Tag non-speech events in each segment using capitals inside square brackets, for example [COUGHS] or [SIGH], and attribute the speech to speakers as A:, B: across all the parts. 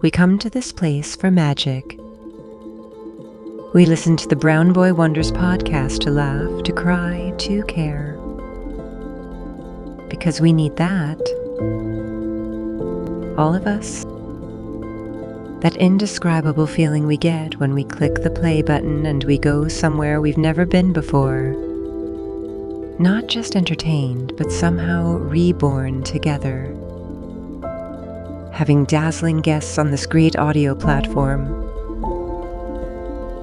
A: we come to this place for magic. We listen to the Brown Boy Wonders podcast to laugh, to cry, to care. Because we need that. All of us. That indescribable feeling we get when we click the play button and we go somewhere we've never been before. Not just entertained, but somehow reborn together. Having dazzling guests on this great audio platform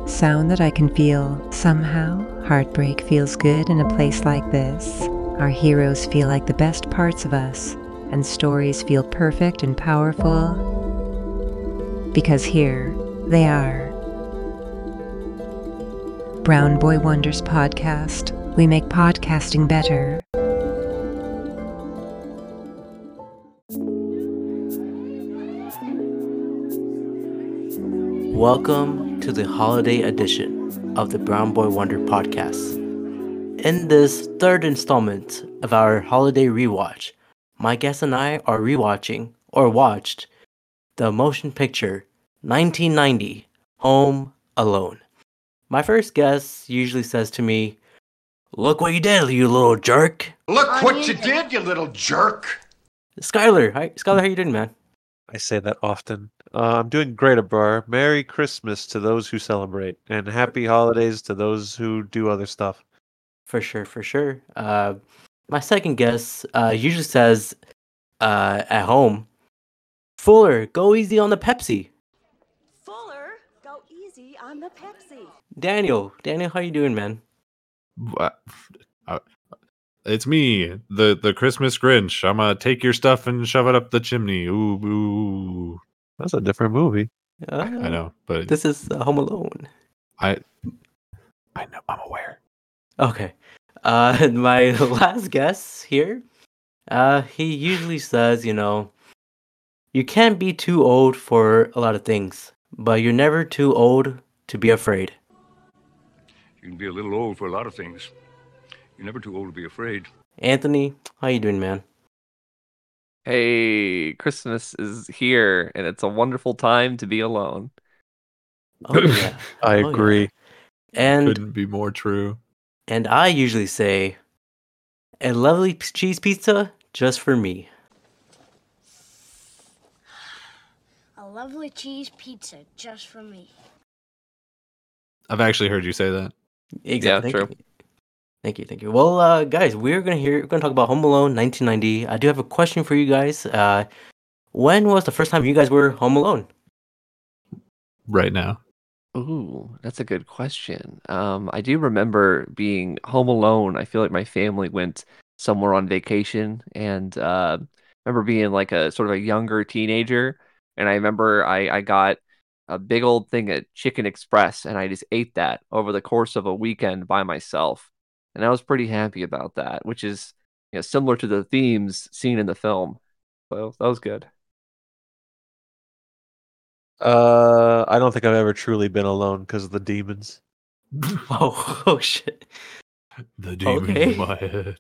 A: sound that I can feel somehow. Heartbreak feels good in a place like this. Our heroes feel like the best parts of us, and stories feel perfect and powerful. Because here they are. Brown Boy Wonders Podcast. We make podcasting better.
B: Welcome to the holiday edition of the Brown Boy Wonder podcast. In this third installment of our holiday rewatch, my guest and I are rewatching or watched the motion picture 1990 Home Alone. My first guest usually says to me, Look what you did, you little jerk.
C: Look what you did, you little jerk!
B: Skylar, hi, Skylar, how you doing, man?
D: I say that often. Uh, I'm doing great, Abar. Merry Christmas to those who celebrate, and happy holidays to those who do other stuff.
B: For sure, for sure. Uh, my second guest uh, usually says uh, at home, Fuller, go easy on the Pepsi.
E: Fuller, go easy on the Pepsi.
B: Daniel, Daniel, how you doing, man?
F: Wha- uh, It's me, the the Christmas Grinch. I'm gonna take your stuff and shove it up the chimney. Ooh, ooh.
D: That's a different movie.
B: Uh,
F: I know, but
B: This is uh, Home Alone.
F: I I know I'm aware.
B: Okay. Uh, [LAUGHS] and my last guest here, uh, he usually says, you know, you can't be too old for a lot of things, but you're never too old to be afraid.
C: You can be a little old for a lot of things. You're never too old to be afraid.
B: Anthony, how you doing, man?
G: Hey, Christmas is here, and it's a wonderful time to be alone.
F: [COUGHS]
B: Oh, yeah.
D: I
B: Oh, yeah.
D: agree.
B: And
F: Couldn't be more true.
B: and I usually say, a lovely p- cheese pizza just for me.
E: A lovely cheese pizza just for me.
F: I've actually heard you say that.
B: Exactly.
G: true.
B: thank You. Thank you, thank you. Well, uh, guys, we're gonna hear we're gonna talk about Home Alone 1990. I do have a question for you guys. Uh, when was the first time you guys were home
D: [LAUGHS]
B: alone?
F: Right now.
G: Ooh, that's a good question. Um, I do remember being home alone. I feel like my family went somewhere on vacation, and uh, remember being like a sort of a younger teenager. And I remember I, I got a big old thing at Chicken Express, and I just ate that over the course of a weekend by myself. And I was pretty happy about that, which is you know, similar to the themes seen in the film. So that was good.
D: Uh, I don't think I've ever truly been alone because of the demons.
B: Oh, [LAUGHS] oh shit.
F: The demon
B: Okay.
F: in my head.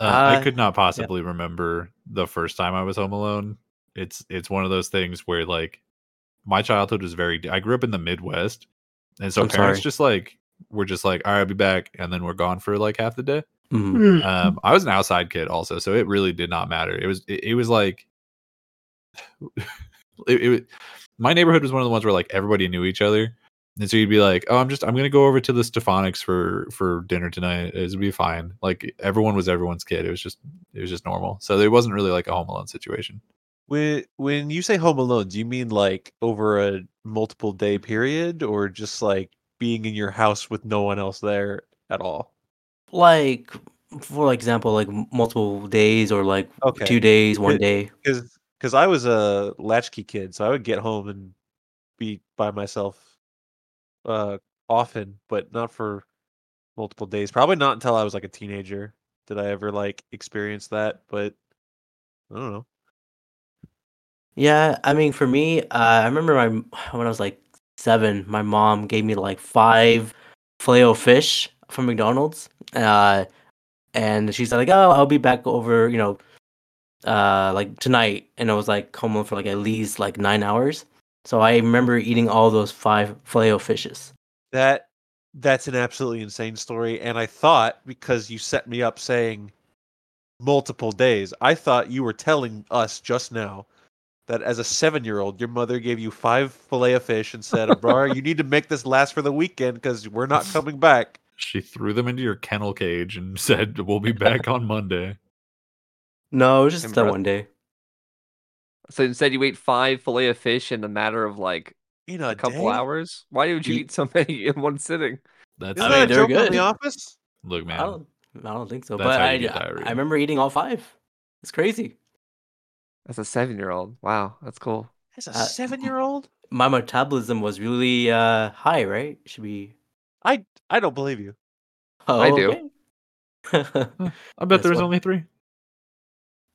F: Uh,
B: Uh,
F: I could not possibly remember the first time I was home alone. It's it's one of those things where like my childhood was very. I grew up in the Midwest, and so
B: I'm
F: parents
B: sorry.
F: just like were just like, "All right, I'll be back," and then we're gone for like half the day.
B: Mm.
F: um i was an outside kid also so it really did not matter it was it, it was like [SIGHS] it, it was, my neighborhood was one of the ones where like everybody knew each other and so you'd be like oh i'm just i'm gonna go over to the stephanics for for dinner tonight it'll be fine like everyone was everyone's kid it was just it was just normal so there wasn't really like a home alone situation
D: When when you say home alone, do you mean like over a multiple day period, or just like being in your house with no one else there at all?
B: Like, for example, like m- multiple days or like
D: Okay.
B: two days, one
D: It-
B: day.
D: Because because I was a latchkey kid, so I would get home and be by myself, uh, often, but not for multiple days. Probably not until I was like a teenager did I ever like experience that. But I don't know.
B: Yeah, I mean, for me, uh, I remember my m- [SIGHS] when I was like seven, my mom gave me like five filet fish from McDonald's, uh, and she said like, "Oh, I'll be back over, you know, uh like tonight and I was like coma for like at least like nine hours. So I remember eating all those five filet fishes.
D: That that's an absolutely insane story. And I thought because you set me up saying multiple days, I thought you were telling us just now that as a seven year old, your mother gave you five fillet of fish and said, "Bro, you need to make this last for the weekend because we're
B: [LAUGHS]
D: not coming back."
F: She threw them into your kennel cage and [LAUGHS] said, "We'll be back on Monday."
B: No, it was just that
G: Impressive.
B: one day.
G: So instead, you ate five fillet of fish in a matter of like
D: In a,
G: a couple
D: day?
G: hours. Why would you
B: Ye-
G: eat so [LAUGHS] many in one sitting?
F: That's
D: Isn't
B: I mean,
D: that a
B: they're
D: joke on
B: good.
D: the office?
F: look,
B: I
F: man.
B: don't I don't think so.
F: That's
B: but
F: how
B: I,
F: you get diarrhea.
B: I remember eating all five. It's crazy.
G: As a seven-year-old, wow, that's cool.
D: As a
B: Uh, [LAUGHS]
D: seven year old,
B: My metabolism was really uh high, right? Should be
D: I I don't believe you.
B: oh,
G: I do.
B: okay.
F: I
B: That's
F: bet there was
B: what-
F: only three.
B: [LAUGHS]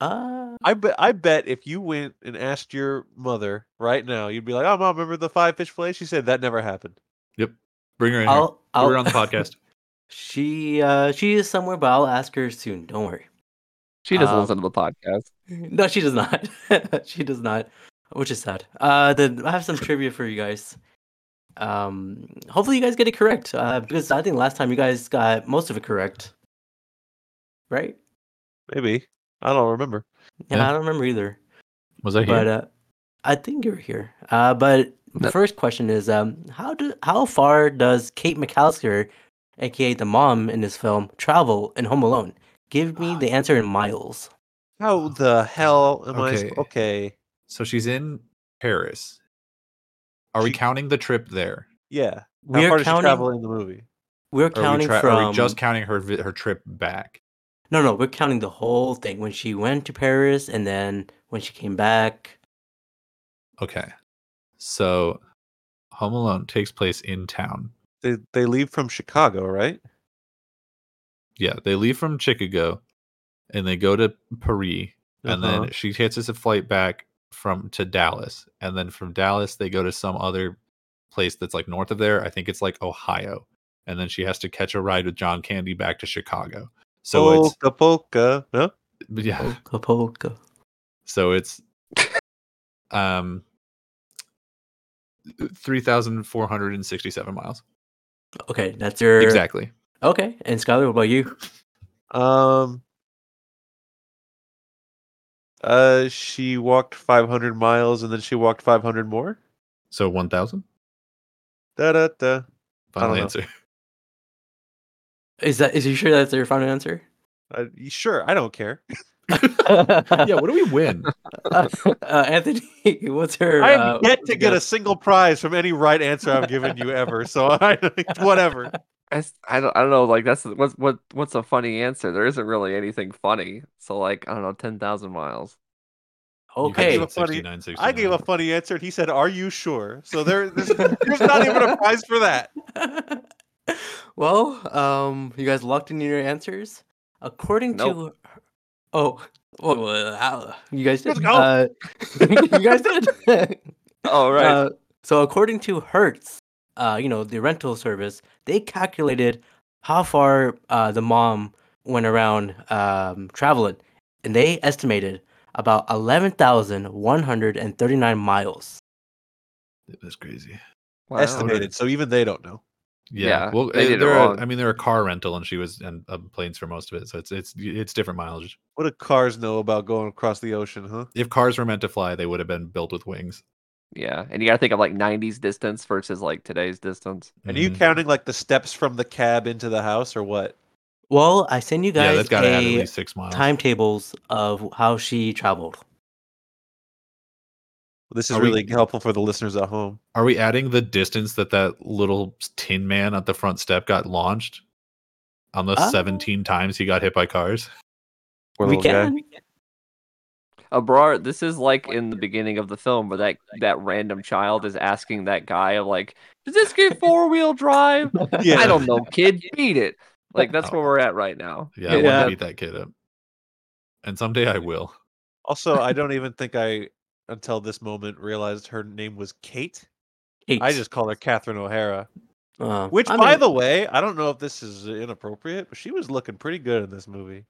B: uh
D: I bet I bet if you went and asked your mother right now, you'd be like, "Oh, mom, remember the five fish fillet?" She said that never happened.
F: Bring her in. Here.
B: I'll, I'll
F: We're on the podcast.
B: [LAUGHS] She uh she is somewhere, but I'll ask her soon. Don't worry. [LAUGHS]
G: She doesn't
B: Um,
G: listen to the podcast.
B: No, she does not. [LAUGHS] she does not, which is sad. Uh, then I have some trivia for you guys. Um, hopefully you guys get it correct. Uh, because I think last time you guys got most of it correct, right?
D: Maybe I don't remember.
B: Yeah,
F: Yeah.
B: I don't remember either.
F: Was I here?
B: But uh, I think you're here. Uh, but the
G: No.
B: first question is, um, how do how far does Kate McAllister, aka the mom in this film, travel in Home Alone? Give me the answer in miles.
D: How the hell am I?
F: Okay. eh,
D: sp- Okay,
F: so she's in Paris. Are we
D: She-
F: counting the trip there?
D: yeah. How
B: We're
D: far does she travel
B: counting.
D: in the movie?
B: We're
F: Or are we,
B: counting
F: tra-
B: from
F: are we just counting her vi- her trip back?
B: No, no, we're counting the whole thing when she went to Paris and then when she came back.
F: Okay. So Home Alone takes place in town.
D: They they leave from Chicago, right?
F: Yeah, they leave from Chicago and they go to Paris and
D: Uh-huh.
F: then she catches a flight back from to Dallas and then from Dallas they go to some other place that's like north of there. I think it's like Ohio. And then she has to catch a ride with John Candy back to Chicago. So it's
D: polka polka. No,
F: but yeah.
B: Polka polka.
F: So it's um 3467 miles.
B: Okay, that's your
F: Exactly.
B: Okay, and Skylar, what about you?
D: um. Uh, she walked 500 miles and then she walked 500 more.
F: So 1000
D: Da da da.
F: final
D: know.
F: answer.
B: Is that is you sure that's your final answer? [LAUGHS]
D: Uh, sure, I don't care.
F: [LAUGHS] yeah, [LAUGHS] what do we win?
B: uh, Anthony, [LAUGHS] what's her?
D: I
B: uh,
D: have yet to
B: you
D: get
B: got?
D: a single prize from any right answer I've given you ever. So [LAUGHS] I whatever.
G: I, s- I don't I don't know. Like that's what's what what's a funny answer? There isn't really anything funny. So like I don't know, ten
B: [LAUGHS]
G: thousand miles.
B: Okay,
D: give a funny-
F: 69,
D: I gave a funny answer, and he said, "Are you sure?" So there, there's, there's not even a prize for that.
B: [LAUGHS] well, um, you guys locked in your answers according
G: Nope.
B: to. Oh, well, well, how- you guys did.
D: Let's go.
B: Uh, [LAUGHS] you guys did.
G: Oh right.
B: Uh, so according to Hertz, uh, you know the rental service, they calculated how far uh, the mom went around um, traveling, and they estimated about eleven thousand one hundred and thirty-nine miles.
F: That's crazy.
G: Wow.
D: Estimated, so even they don't know.
F: Yeah.
G: Yeah,
F: well,
G: they
F: eh,
G: did it
F: they're a-
G: wrong.
F: I mean, they're a car rental, and she was in uh, planes for most of it, so it's it's it's different mileage.
D: What do cars know about going across the ocean, huh?
F: If cars were meant to fly, they would have been built with wings.
G: Yeah, and you gotta think of like '90s distance versus like today's distance.
D: And are you
F: Mhm.
D: counting like the steps from the cab into the house or what?
B: Well, I send you
F: yeah,
B: guys
F: that's got to add at
B: a
F: least six miles.
B: timetables of how she traveled.
D: This is
F: Are we-
D: really helpful for the listeners at home.
F: Are we adding the distance that that little tin man at the front step got launched on the
B: Uh,
F: 17 times he got hit by cars? [LAUGHS]
D: Poor
B: we
D: little guy.
B: can.
G: Abrar, this is like in the beginning of the film where that that random child is asking that guy of like, "Does
B: [LAUGHS]
G: this get four wheel drive?"
D: Yeah.
G: I don't know, kid. Beat it. Like that's
F: Oh.
G: where we're at right now.
F: Yeah, I want
B: Yeah.
F: to beat that kid up. And someday I will.
D: Also, I [LAUGHS] don't even think I, until this moment, realized her name was Kate. Oh,
B: Eight.
D: I just call her Catherine O'Hara.
B: Uh,
D: Which,
B: I
D: by
B: mean,
D: the way, I don't know if this is inappropriate, but she was looking pretty good in this movie.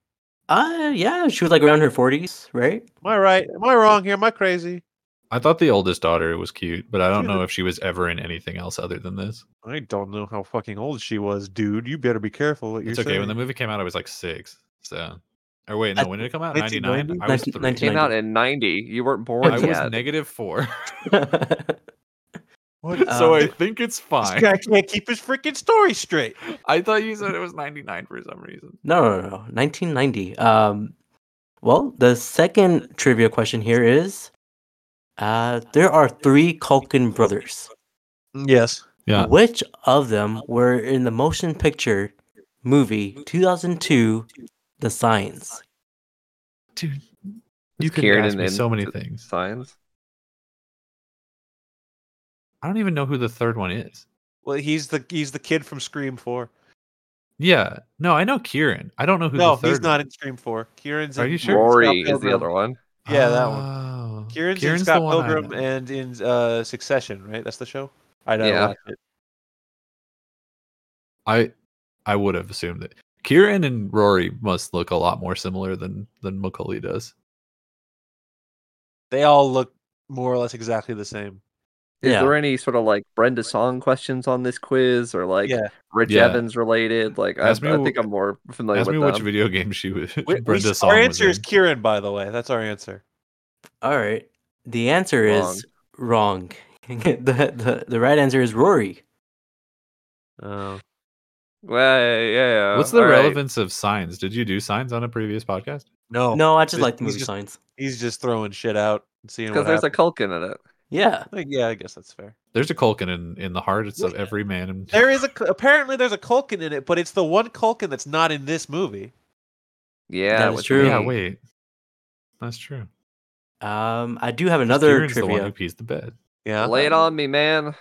B: Uh, yeah, she was like around her 40s, right? [LAUGHS]
D: Am I right? Am I wrong here? Am I crazy?
F: I thought the oldest daughter was cute, but I don't
D: Dude,
F: know
D: the-
F: if she was ever in anything else other than this.
D: I don't know how fucking old she was, dude. You better be careful what you're
F: It's okay.
D: saying.
F: When the movie came out, I was like six. So, or wait, no,
B: I-
F: when did it come out? Ninety nine. I was
B: 1990?
F: three.
G: Came out in '90. You weren't born
F: I
G: yet.
F: was negative four.
D: What?
F: [LAUGHS] so
B: Um,
F: I think it's
D: this
F: fine. [LAUGHS]
D: guy can't keep his freaking story straight.
F: I thought you said it was ninety nine for some reason.
B: No, no, no, no. 1990. Um, well, the second trivia question here is uh, there are three Culkin brothers.
D: Mm, Yes.
F: Yeah.
B: Which of them were in the motion picture movie 2002, The Signs?
F: Dude,
G: It's
F: you could
G: Kieran
F: ask
G: and-
F: me so
G: and
F: many
G: the
F: things.
G: Signs.
F: I don't even know who the third one is.
D: Well, he's the he's the kid from Scream Four.
F: Yeah. No, I know Kieran. I don't know who
D: No,
F: the third
D: he's
F: one-
D: not in Scream Four. Kieran's.
F: Are
D: in
F: you sure?
G: Rory
D: Scott
G: is the
D: Pilgrim.
G: other one.
D: Yeah, that one.
F: Oh.
D: Kieran's, in
F: the
D: Scott
F: one I
D: Pilgrim
F: know.
D: and in uh, Succession, right? That's the show. I don't
G: Yeah.
D: watch it.
F: I I would have assumed that Kieran and Rory must look a lot more similar than than Macaulay does.
D: They all look more or less exactly the same.
G: Is
B: Yeah.
G: there any sort of like Brenda Song questions on this quiz or like
D: yeah,
G: Rich
F: Yeah.
G: Evans related? Like, I,
F: Ask me
G: I
F: wh-
G: think I'm more familiar
F: Ask
G: with
F: me
G: them.
F: which video game she was. [LAUGHS]
D: We- we-
F: Brenda Song
D: our
F: was
D: answer is
F: in.
D: Kieran. By the way, that's our answer.
B: All right. The answer is wrong. [LAUGHS] the, the, the right answer is Rory.
D: Oh,
G: Well, yeah,
D: uh,
G: yeah.
F: What's the
G: all right.
F: relevance of signs? Did you do signs on a previous podcast?
D: no,
B: No, I just
D: He's-
B: like the
D: Oh, he's
B: movie
D: just-
B: Signs.
D: He's just throwing shit out and seeing
G: Because
D: what
G: there's
D: happens.
G: a Culkin in it.
B: Yeah.
D: Like, yeah, I guess that's fair.
F: There's a Culkin in, in the heart of every man. And
D: There is a apparently there's a Culkin in it, but it's the one Culkin that's not in this movie.
G: Yeah,
B: That is
G: with
B: true.
F: yeah,
G: me.
F: wait, that's true.
B: Um, I do have another
F: Kieran's the one
B: trivia.
F: who pees the bed.
D: Yeah,
G: Lay it on me, man.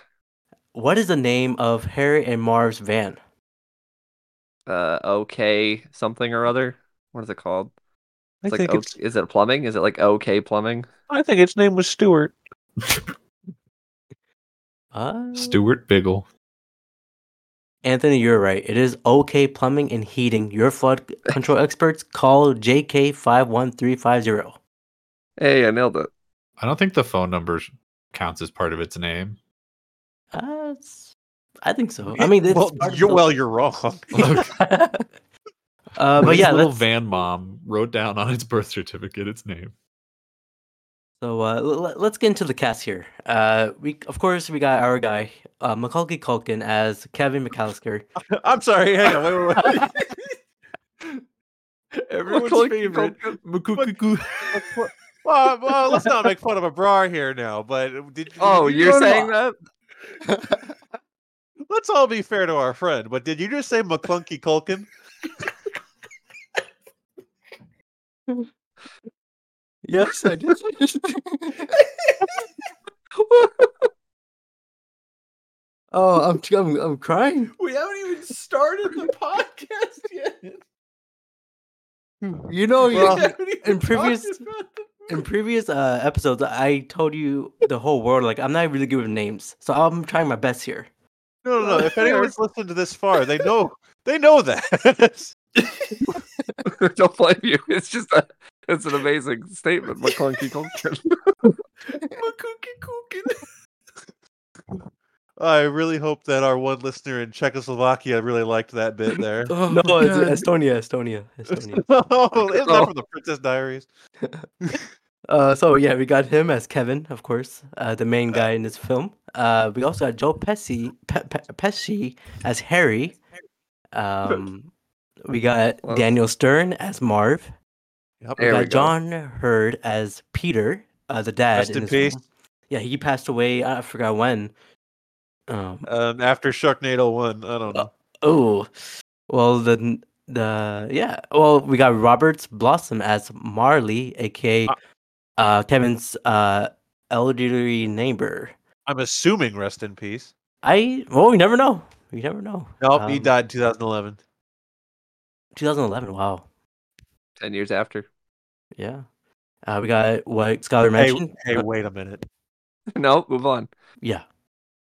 B: What is the name of Harry and Marv's van?
G: Uh, okay, something or other. What is it called?
D: I
G: It's like,
D: think
G: O-
D: it's
G: is it plumbing? Is it like OK plumbing?
D: I think its name was Stewart.
B: Uh,
F: Stuart Biggle.
B: Anthony, you're right. It is OK Plumbing and Heating. Your flood control experts call JK five one three five zero.
G: Hey, I nailed it.
F: I don't think the phone number sh- counts as part of its name.
B: Uh, it's- I think so. I mean, it's
D: well,
B: part of
D: you're
B: the-
D: well, you're
G: [LAUGHS]
D: wrong.
B: [LAUGHS] uh, but
F: His
B: yeah,
F: little
B: let's-
F: van mom wrote down on its birth certificate its name.
B: so uh, l- l- let's get into the cast here. Uh, we of course we got our guy uh, Macaulay Culkin as Kevin McAllister.
D: I'm sorry. Hang on. Wait, wait, wait.
F: Everyone's
D: Macaulay
F: favorite. Macaulay-
G: [LAUGHS]
D: Well, [LAUGHS] well, well, let's not make fun of a bra here now. But did,
G: Oh,
D: did
G: you're
D: go to-
G: saying that?
D: [LAUGHS] Let's all be fair to our friend. But did you just say McClunky Culkin?
G: Yes, I did.
B: [LAUGHS] Oh, I'm I'm, I'm crying.
F: we haven't even started the podcast yet.
B: You know, you-
D: Well,
B: [LAUGHS]
G: [LAUGHS]
F: [LAUGHS]
B: in previous in previous uh, episodes, I told you the whole world like I'm not really good with names, so I'm trying my best here.
D: No, no, no. If anyone's listened to this far, they know they know that. [LAUGHS]
G: Don't blame you. It's just a, it's an amazing statement, McClunky Culkin.
D: I really hope that our one listener in Czechoslovakia really liked that bit there.
F: Oh,
B: [LAUGHS] No, it's
F: God.
B: Estonia, Estonia,
F: [LAUGHS]
B: Estonia.
D: [LAUGHS] oh, isn't
G: Oh.
D: that from the Princess Diaries?
B: Uh, so yeah, we got him as Kevin, of course, uh, the main guy in this film. Uh, we also got Joe Pesci, Pe- Pe- Pesci as
F: [LAUGHS]
B: Harry. Um, we got
G: Well-
B: Daniel Stern as Marv.
D: Yep.
B: We
G: There
B: got
G: we go.
B: John Hurd as Peter, uh, the dad.
D: Rest in
B: this
D: peace.
B: film. Yeah, he passed away. I forgot when. Um,
D: Um, after Sharknado one, I don't know.
B: Oh, well the the yeah. Well, we got Roberts Blossom as Marley, aka
D: Uh,
B: uh, Kevin's uh, elderly neighbor.
D: I'm assuming rest in peace.
B: I well, we never know. We never know.
D: Nope, he
B: Um,
D: died in 2011.
B: 2011. Wow.
G: Ten years after.
B: Yeah. Uh, we got what Skylar
D: Hey,
B: mentioned.
D: hey,
B: uh,
D: wait a minute.
G: No, move on.
B: Yeah.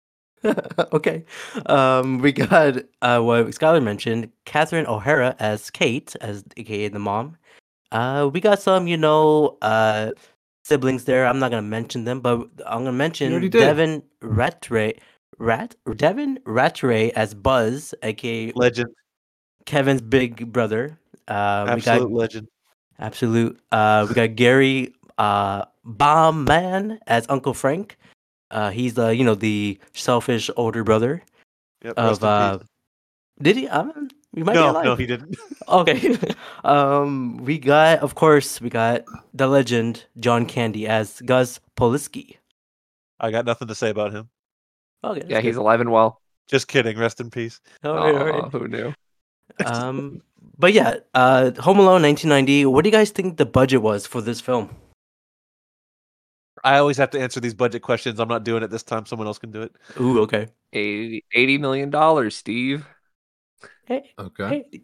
B: [LAUGHS] okay. Um, we got uh, what Skylar mentioned, Catherine O'Hara as Kate, as aka the mom, Uh, we got some, you know, uh, siblings there. I'm not gonna mention them, but I'm gonna mention
F: already did.
B: Devin Rattray, Rat Devin Rattray as Buzz, aka
D: Legend,
B: Kevin's big brother. Uh, we got
D: absolute legend.
B: Absolute. Uh, we got Gary uh, Bomb Man as Uncle Frank. Uh, he's the you know the selfish older brother
D: Yep,
B: of.
D: rest in
B: Uh,
D: peace.
B: did he? Um, he might be
D: no,
B: alive.
D: no, he didn't. [LAUGHS]
B: Okay. [LAUGHS] um, we got of course we got the legend John Candy as Gus Polisky.
D: I got nothing to say about him.
B: Okay. that's
G: Yeah, he's
B: good.
G: alive and well.
D: Just kidding. Rest in peace.
B: All right, all
G: Aw,
B: right.
G: Who knew?
B: Um, but yeah, uh, Home Alone 1990. What do you guys think the budget was for this film?
D: I always have to answer these budget questions. I'm not doing it this time. Someone else can do it.
B: Ooh, okay.
G: 80, 80 million dollars, Steve.
B: Hey,
F: Okay.
B: hey,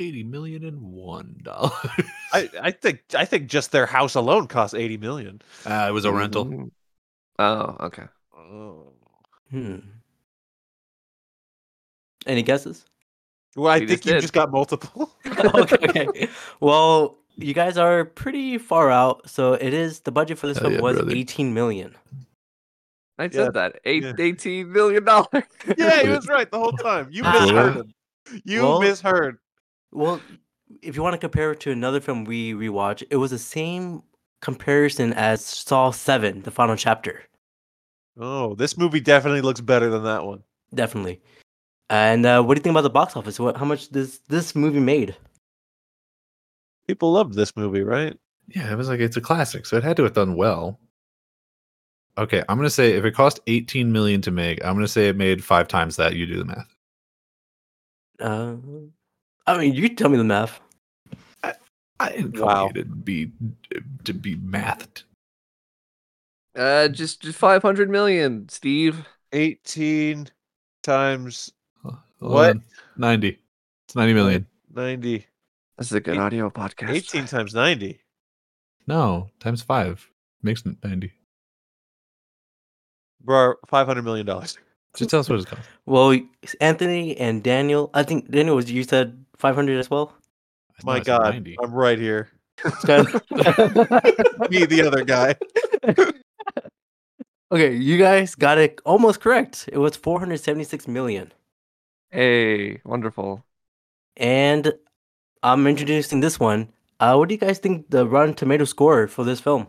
F: Eighty million and one dollar.
D: I, I think I think just their house alone cost 80 million.
F: [LAUGHS] uh, it was a rental.
B: Mm.
G: Mhm. Oh, okay.
D: Oh.
B: Hmm. Any guesses?
D: Well, I
G: You just
D: think you
G: did.
D: just got multiple. [LAUGHS]
B: okay, [LAUGHS] okay. Well, you guys are pretty far out, so it is the budget for this
F: Hell
B: film
F: yeah,
B: was
F: brother.
B: 18 million.
G: I
D: Yeah,
G: said that. Eight,
D: yeah.
G: 18 million dollars.
B: [LAUGHS]
D: yeah, he was right the whole time. You
B: Ah.
D: misheard him. You
B: Well-
D: misheard.
B: Well, if you want to compare it to another film we rewatched, it was the same comparison as Saw 7, the final chapter.
D: Oh, this movie definitely looks better than that one.
B: Definitely. And uh, what do you think about the box office? What, how much this this movie made?
D: People loved this movie, right?
F: Yeah, it was like it's a classic, so it had to have done well. Okay, I'm gonna say if it cost 18 million to make, I'm gonna say it made five times that. You do the math.
B: Uh, I mean, you tell me the math.
F: I didn't wow. to be to be mathed.
G: [LAUGHS] Uh, just, just 500 million, Steve.
D: 18 times
F: Hold
D: What?
F: on. 90. It's 90 million.
D: 90.
G: This is a good
D: Eight-
G: audio podcast.
D: 18 times 90.
F: No, times five makes it 90.
D: Bro, $500 million. dollars.
F: Just tell us what it's called.
B: Well, Anthony and Daniel, I think Daniel was you said 500 as well.
F: I
D: My
F: thought
D: God,
F: I said 90.
D: I'm right here.
B: It's kinda-
D: Me, the other guy.
B: Okay, you guys got it almost correct. It was 476 million.
G: Hey, wonderful.
B: And I'm introducing this one. Uh, what do you guys think the Rotten Tomato score for this film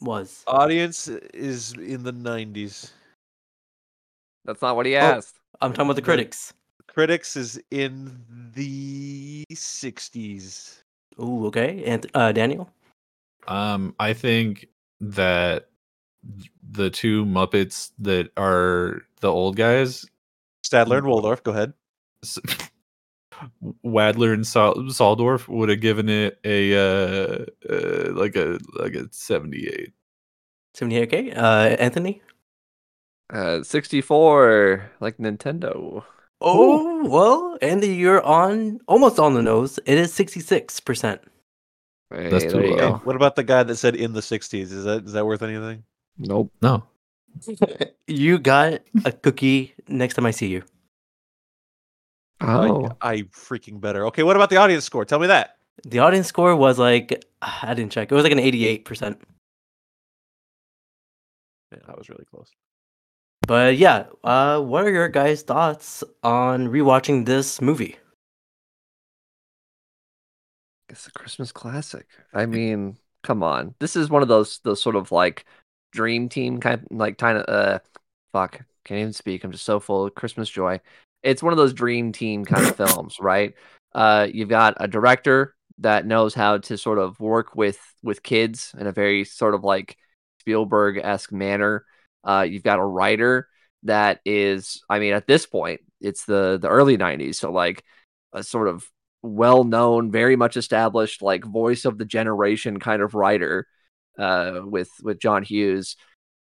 B: was?
D: Audience is in the 90s.
G: That's not what he
B: Oh.
G: asked.
B: I'm talking about the
D: the-
B: critics.
D: Critics is in the 60s.
B: Ooh, okay. And uh, Daniel?
F: Um, I think that the two Muppets that are the old guys,
D: Stadler and Waldorf, go ahead.
F: S- Wadler and Sol- Soldorf would have given it a uh, uh, like a like a 78.
B: 78, okay. Uh, Anthony?
G: Uh, 64, like Nintendo.
B: Oh, well, Andy, you're on almost on the nose. It is 66%.
G: Hey,
F: That's
G: there
F: too
G: you
F: low.
G: go.
D: What about the guy that said in the 60s? Is that is that worth anything?
G: Nope.
F: No,
B: You got a cookie next time I see you.
D: I-
G: Oh,
D: I, freaking better. Okay, what about the audience score? Tell me that.
B: The audience score was like, [SIGHS] I didn't check. It was like an 88%.
D: Yeah, that was really close.
B: But yeah, uh, what are your guys' thoughts on rewatching this movie?
G: it's a Christmas classic. I mean, come on. This is one of those those sort of like dream team kind like kind of uh fuck, can't even speak. I'm just so full of Christmas joy. It's one of those dream team kind of films, right? Uh you've got a director that knows how to sort of work with with kids in a very sort of like Spielberg-esque manner. Uh you've got a writer that is I mean at this point it's the the early 90s, so like a sort of well known, very much established, like voice of the generation kind of writer uh, with with John Hughes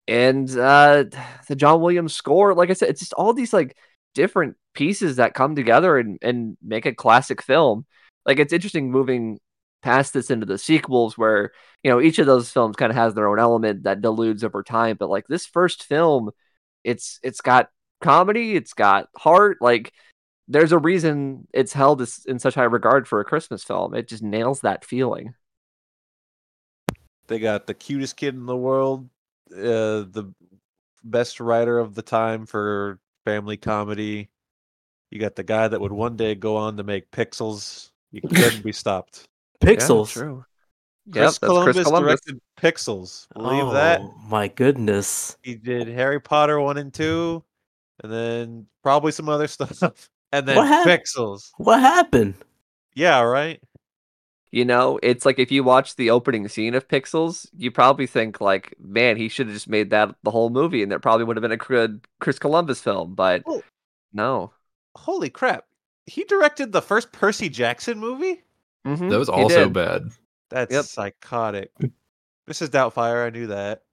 G: and uh, the John Williams score. Like I said, it's just all these like different pieces that come together and and make a classic film. Like it's interesting moving past this into the sequels where you know each of those films kind of has their own element that deludes over time but like this first film it's it's got comedy it's got heart like there's a reason it's held as- in such high regard for a Christmas film. It just nails that feeling.
D: They got the cutest kid in the world, uh, the best writer of the time for family comedy. You got the guy that would one day go on to make Pixels. You couldn't be stopped.
B: Pixels.
G: Yeah, true. Yep,
D: Chris
G: that's
D: Columbus,
G: Chris Columbus.
D: directed Pixels. Believe that
B: Oh, My goodness.
D: he did Harry Potter one and two, and then probably some other [LAUGHS] stuff, and then
B: What happened?
D: Pixels.
B: What happened?
D: Yeah, right.
G: You know, it's like if you watch the opening scene of Pixels, you probably think like, man, he should have just made that the whole movie, and that probably would have been a good Chris Columbus film. But
D: Well-
G: no,
D: Holy crap! He directed the first Percy Jackson movie.
G: Mhm,
F: That was
G: he
F: also
G: did.
F: bad.
D: That's
G: Yep.
D: psychotic. Mrs. Doubtfire, I knew that.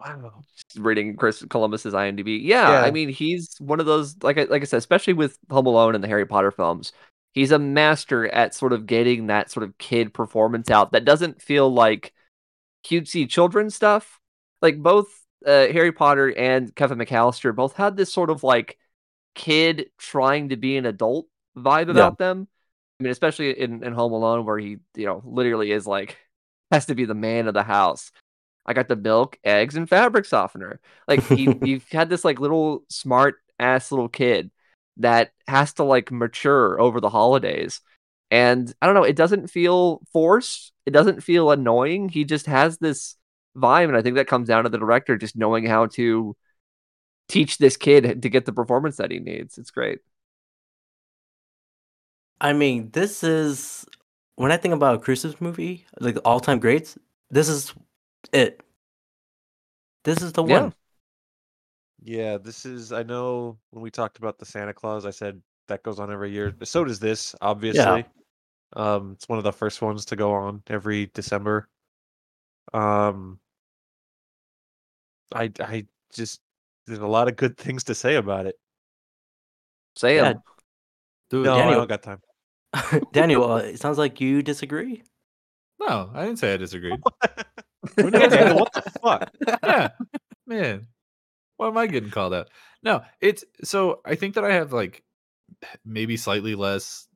D: Wow.
G: Just reading Chris Columbus's IMDb. Yeah, I
D: Yeah.
G: mean, he's one of those like I, like I said, especially with Home Alone and the Harry Potter films. He's a master at sort of getting that sort of kid performance out that doesn't feel like cutesy children stuff. Like both uh, Harry Potter and Kevin McAllister both had this sort of like kid trying to be an adult vibe about them. I mean, especially in, in Home Alone, where he, you know, literally is like, [LAUGHS] has to be the man of the house. I got the milk, eggs, and fabric softener. Like, he, he had this like little smart ass little kid that has to like mature over the holidays. And I don't know, it doesn't feel forced. It doesn't feel annoying. He just has this vibe. And I think that comes down to the director just knowing how to teach this kid to get the performance that he needs. It's great.
B: I mean, this is when I think about a Christmas movie, like all time greats. This is it. This is the
G: Yeah.
B: one.
D: Yeah, this is. I know when we talked about the Santa Claus, I said that goes on every year. So does this, obviously. Um, it's one of the first ones to go on every December. Um, I I just there's a lot of good things to say about it.
G: Sam,
B: Yeah,
F: Dude,
D: No,
F: yeah.
D: I
B: Daniel.
D: don't got time.
B: Daniel, uh, it sounds like you disagree.
F: no, I didn't say I disagreed.
D: We're not Daniel, what the fuck?
F: yeah, man. Why am I getting called out? No, it's so I think that I have like maybe slightly less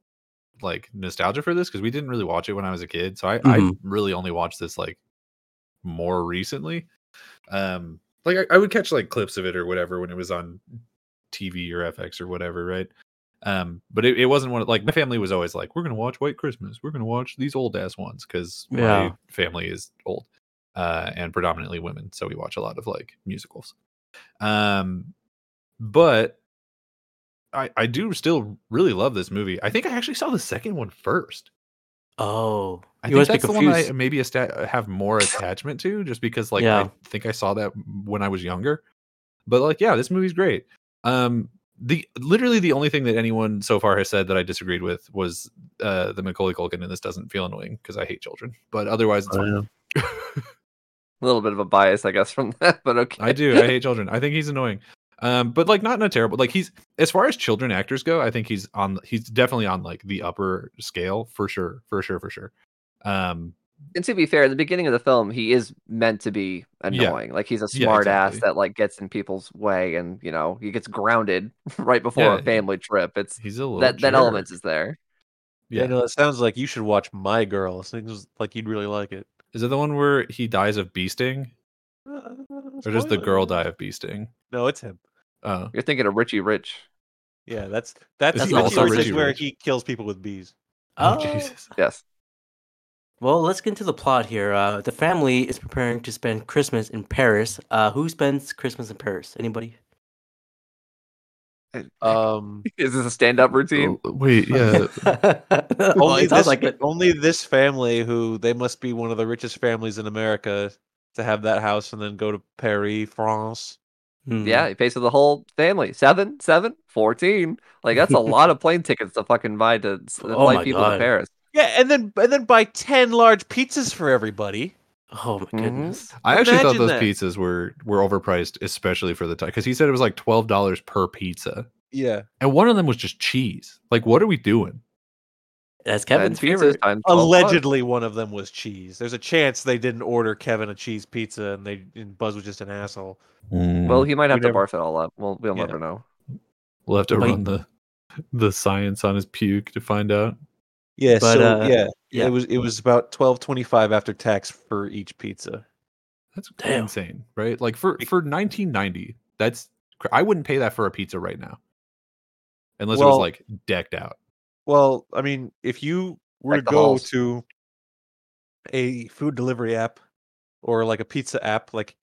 F: like nostalgia for this because we didn't really watch it when I was a kid. So I, I
B: Mhm.
F: really only watched this like more recently. Um, like I, I would catch like clips of it or whatever when it was on TV or FX or whatever, right? Um, but it, it wasn't one of, like my family was always like, we're gonna watch White Christmas, we're gonna watch these old ass ones because
B: Yeah.
F: my family is old uh, and predominantly women, so we watch a lot of like musicals. Um, but I I do still really love this movie. I think I actually saw the second one first.
B: Oh,
F: I
B: you
F: think
B: must be
F: that's the one I
B: confused.
F: maybe a sta- uh, have more attachment to, just because like
B: Yeah.
F: I think I saw that when I was younger. But like, yeah, this movie's great. Um, the literally the only thing that anyone so far has said that I disagreed with was uh the Macaulay Culkin and this doesn't feel annoying because I hate children. But otherwise, it's fine.
G: a little bit of a bias, I guess, [LAUGHS] from that, but
F: [LAUGHS]
G: okay.
F: I do. I hate children. I think he's annoying. Um, but like not in a terrible like he's as far as children actors go, I think he's on he's definitely on like the upper scale for sure, for sure, for sure. Um,
G: And to be fair, in the beginning of the film, he is meant to be
F: Yeah.
G: annoying. Like he's a
F: Yeah,
G: smart ass
F: exactly.
G: that like gets in people's way and you know, he gets grounded [LAUGHS] right before
F: Yeah.
G: a family trip. It's
F: he's a little
G: that that element
F: jerk.
G: is there.
F: Yeah,
D: Daniel, it sounds like you should watch My Girl. Seems like you'd really like it.
F: is it the one where he dies of bee sting,
D: [LAUGHS]
F: or does the girl die of bee sting?
D: No, it's him.
F: Oh, [LAUGHS]
G: You're thinking of Richie Rich.
B: [SIGHS]
D: Yeah, that's that's,
F: Is
D: that's
B: he
D: also
B: also
D: Rich is
F: Richie
D: where
F: Rich?
D: he kills people with bees.
B: Oh,
F: Jesus!
G: Yes. [LAUGHS]
B: Well, let's get into the plot here. Uh, the family is preparing to spend Christmas in Paris. Uh, who spends Christmas in Paris? Anybody?
D: [LAUGHS] Um,
G: Is this a stand up routine?
F: Oh, Wait, yeah,
B: [LAUGHS] well, it
D: only this
B: sounds like it.
D: only this family who they must be one of the richest families in America to have that house and then go to Paris, France.
B: Hmm.
G: Yeah, he pays for the whole family. Seven, seven, 14. Like that's a lot of plane tickets to fucking buy to s-
B: Oh
G: fly
B: my
G: people to
B: God.
G: Paris.
D: Yeah, and then and then buy ten large pizzas for everybody.
B: Oh my goodness.
F: I actually thought
D: Imagine
F: those
D: that.
F: pizzas were were overpriced, especially for the time, because he said it was like twelve dollars per pizza,
D: Yeah,
F: and one of them was just cheese. Like, what are we doing?
B: That's
G: Times
B: Kevin's
G: pizzas
B: favorite.
G: times 12 bucks.
D: allegedly one of them was cheese. There's a chance they didn't order Kevin a cheese pizza and they and Buzz was just an asshole.
G: Well, he might
D: We
G: have to
D: never-
G: barf it all up. We'll we'll
D: Yeah.
G: never know.
F: We'll have to
B: But-
F: run the the science on his puke to find out.
D: Yeah,
B: But,
D: so
B: uh,
D: yeah,
B: yeah.
D: it was it was about twelve twenty five after tax for each pizza.
F: That's
B: Damn.
F: insane, right? Like for for 1990, that's cra- I wouldn't pay that for a pizza right now, unless it was
D: Well-
F: like decked out.
D: Well, I mean, if you were
G: Like
D: to
G: the
D: go
G: halls.
D: to a food delivery app or like a pizza app, like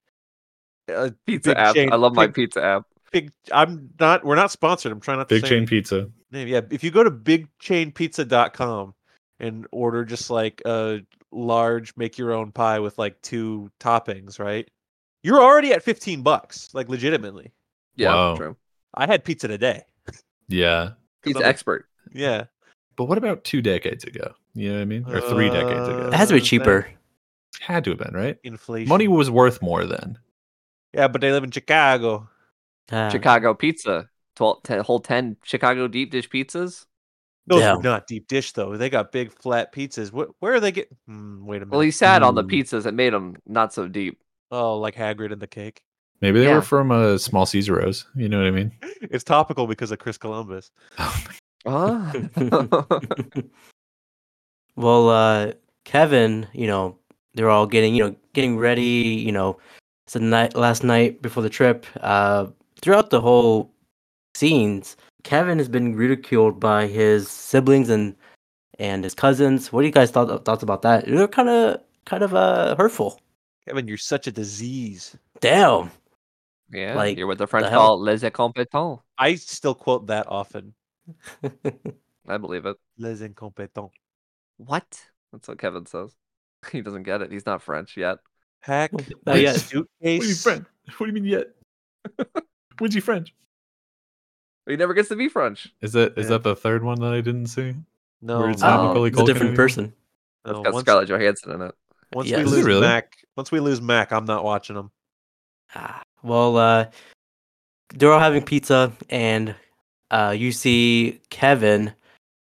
D: a
G: Pizza
D: big
G: app.
D: chain-
G: I love my
D: big-
G: pizza app.
D: big. I'm not. We're not sponsored. I'm trying not to
F: Big
D: say
F: chain
D: any
F: pizza.
D: name. Yeah, if you go to bigchainpizza.com and order just like a large make-your-own pie with like two toppings, right? You're already at fifteen bucks, like legitimately.
G: Yeah,
F: Wow.
G: true.
D: I had pizza today.
F: Yeah,
G: He's
D: I'm a-
G: expert.
D: Yeah.
F: but what about two decades ago? You know what I mean? Or three decades ago?
D: Uh,
B: It has to be
D: that-
B: cheaper.
F: Had to have been right.
D: Inflation.
F: Money was worth more then.
D: Yeah, but they live in Chicago.
B: Ah,
G: Chicago pizza. 12, 10, whole 10 Chicago deep dish pizzas.
D: Those
B: Yeah.
D: are not deep dish though. They got big flat pizzas. What? Where are they get? Hmm, wait a minute.
G: Well, he sat on the
B: Mm.
G: pizzas that made them not so deep.
D: oh, like Hagrid and the cake. [LAUGHS]
F: Maybe they
G: Yeah.
F: were from a small Caesaros. You know what I mean?
D: It's topical because of Chris Columbus.
G: Huh?
B: well, uh, Kevin, you know, they're all getting, you know, getting ready. You know, it's the night last night before the trip. Uh, throughout the whole scenes, Kevin has been ridiculed by his siblings and and his cousins. What do you guys thought thoughts about that? They're kind of kind of uh hurtful.
D: Kevin, you're such a disease.
B: Damn.
G: [LAUGHS]
B: [LAUGHS]
G: yeah,
B: Like,
G: you're what the French
B: hell?
G: call les incompetents.
D: I still quote that often.
G: I believe it.
D: Les incompetents.
G: What? That's what Kevin says. [LAUGHS] He doesn't get it. He's not French yet.
D: Hack.
B: Oh,
D: my
B: yeah.
F: What do you mean
D: Suitcase.
F: French? [LAUGHS] What do you mean yet? When's he French?
G: He never gets to be French.
F: Is that is
D: Yeah.
F: that the third one that I didn't see?
D: No,
F: Where it's
G: not
D: no,
F: Macaulay
B: It's Oh, a
F: Culkin
B: different
F: again?
B: person.
G: That's
D: no,
G: got
D: Once,
G: Scarlett Johansson in it.
D: once
B: Yeah.
D: we
B: Is
F: it
D: lose
F: really?
D: Mac, once we lose Mac, I'm not watching him.
B: Ah, well, uh, they're all having pizza, and uh, you see Kevin,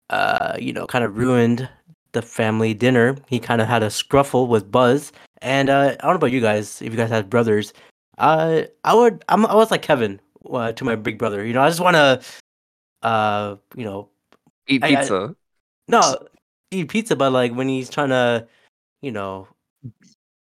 B: uh, you know, kind of ruined the family dinner. He kind of had a scruffle with Buzz, and uh, I don't know about you guys, if you guys had brothers, uh, I would, I'm, I was like Kevin uh, to my big brother. You know, I just want to, uh, you know,
G: Eat
B: I- I-
G: pizza.
B: no, eat pizza, but like when he's trying to, you know,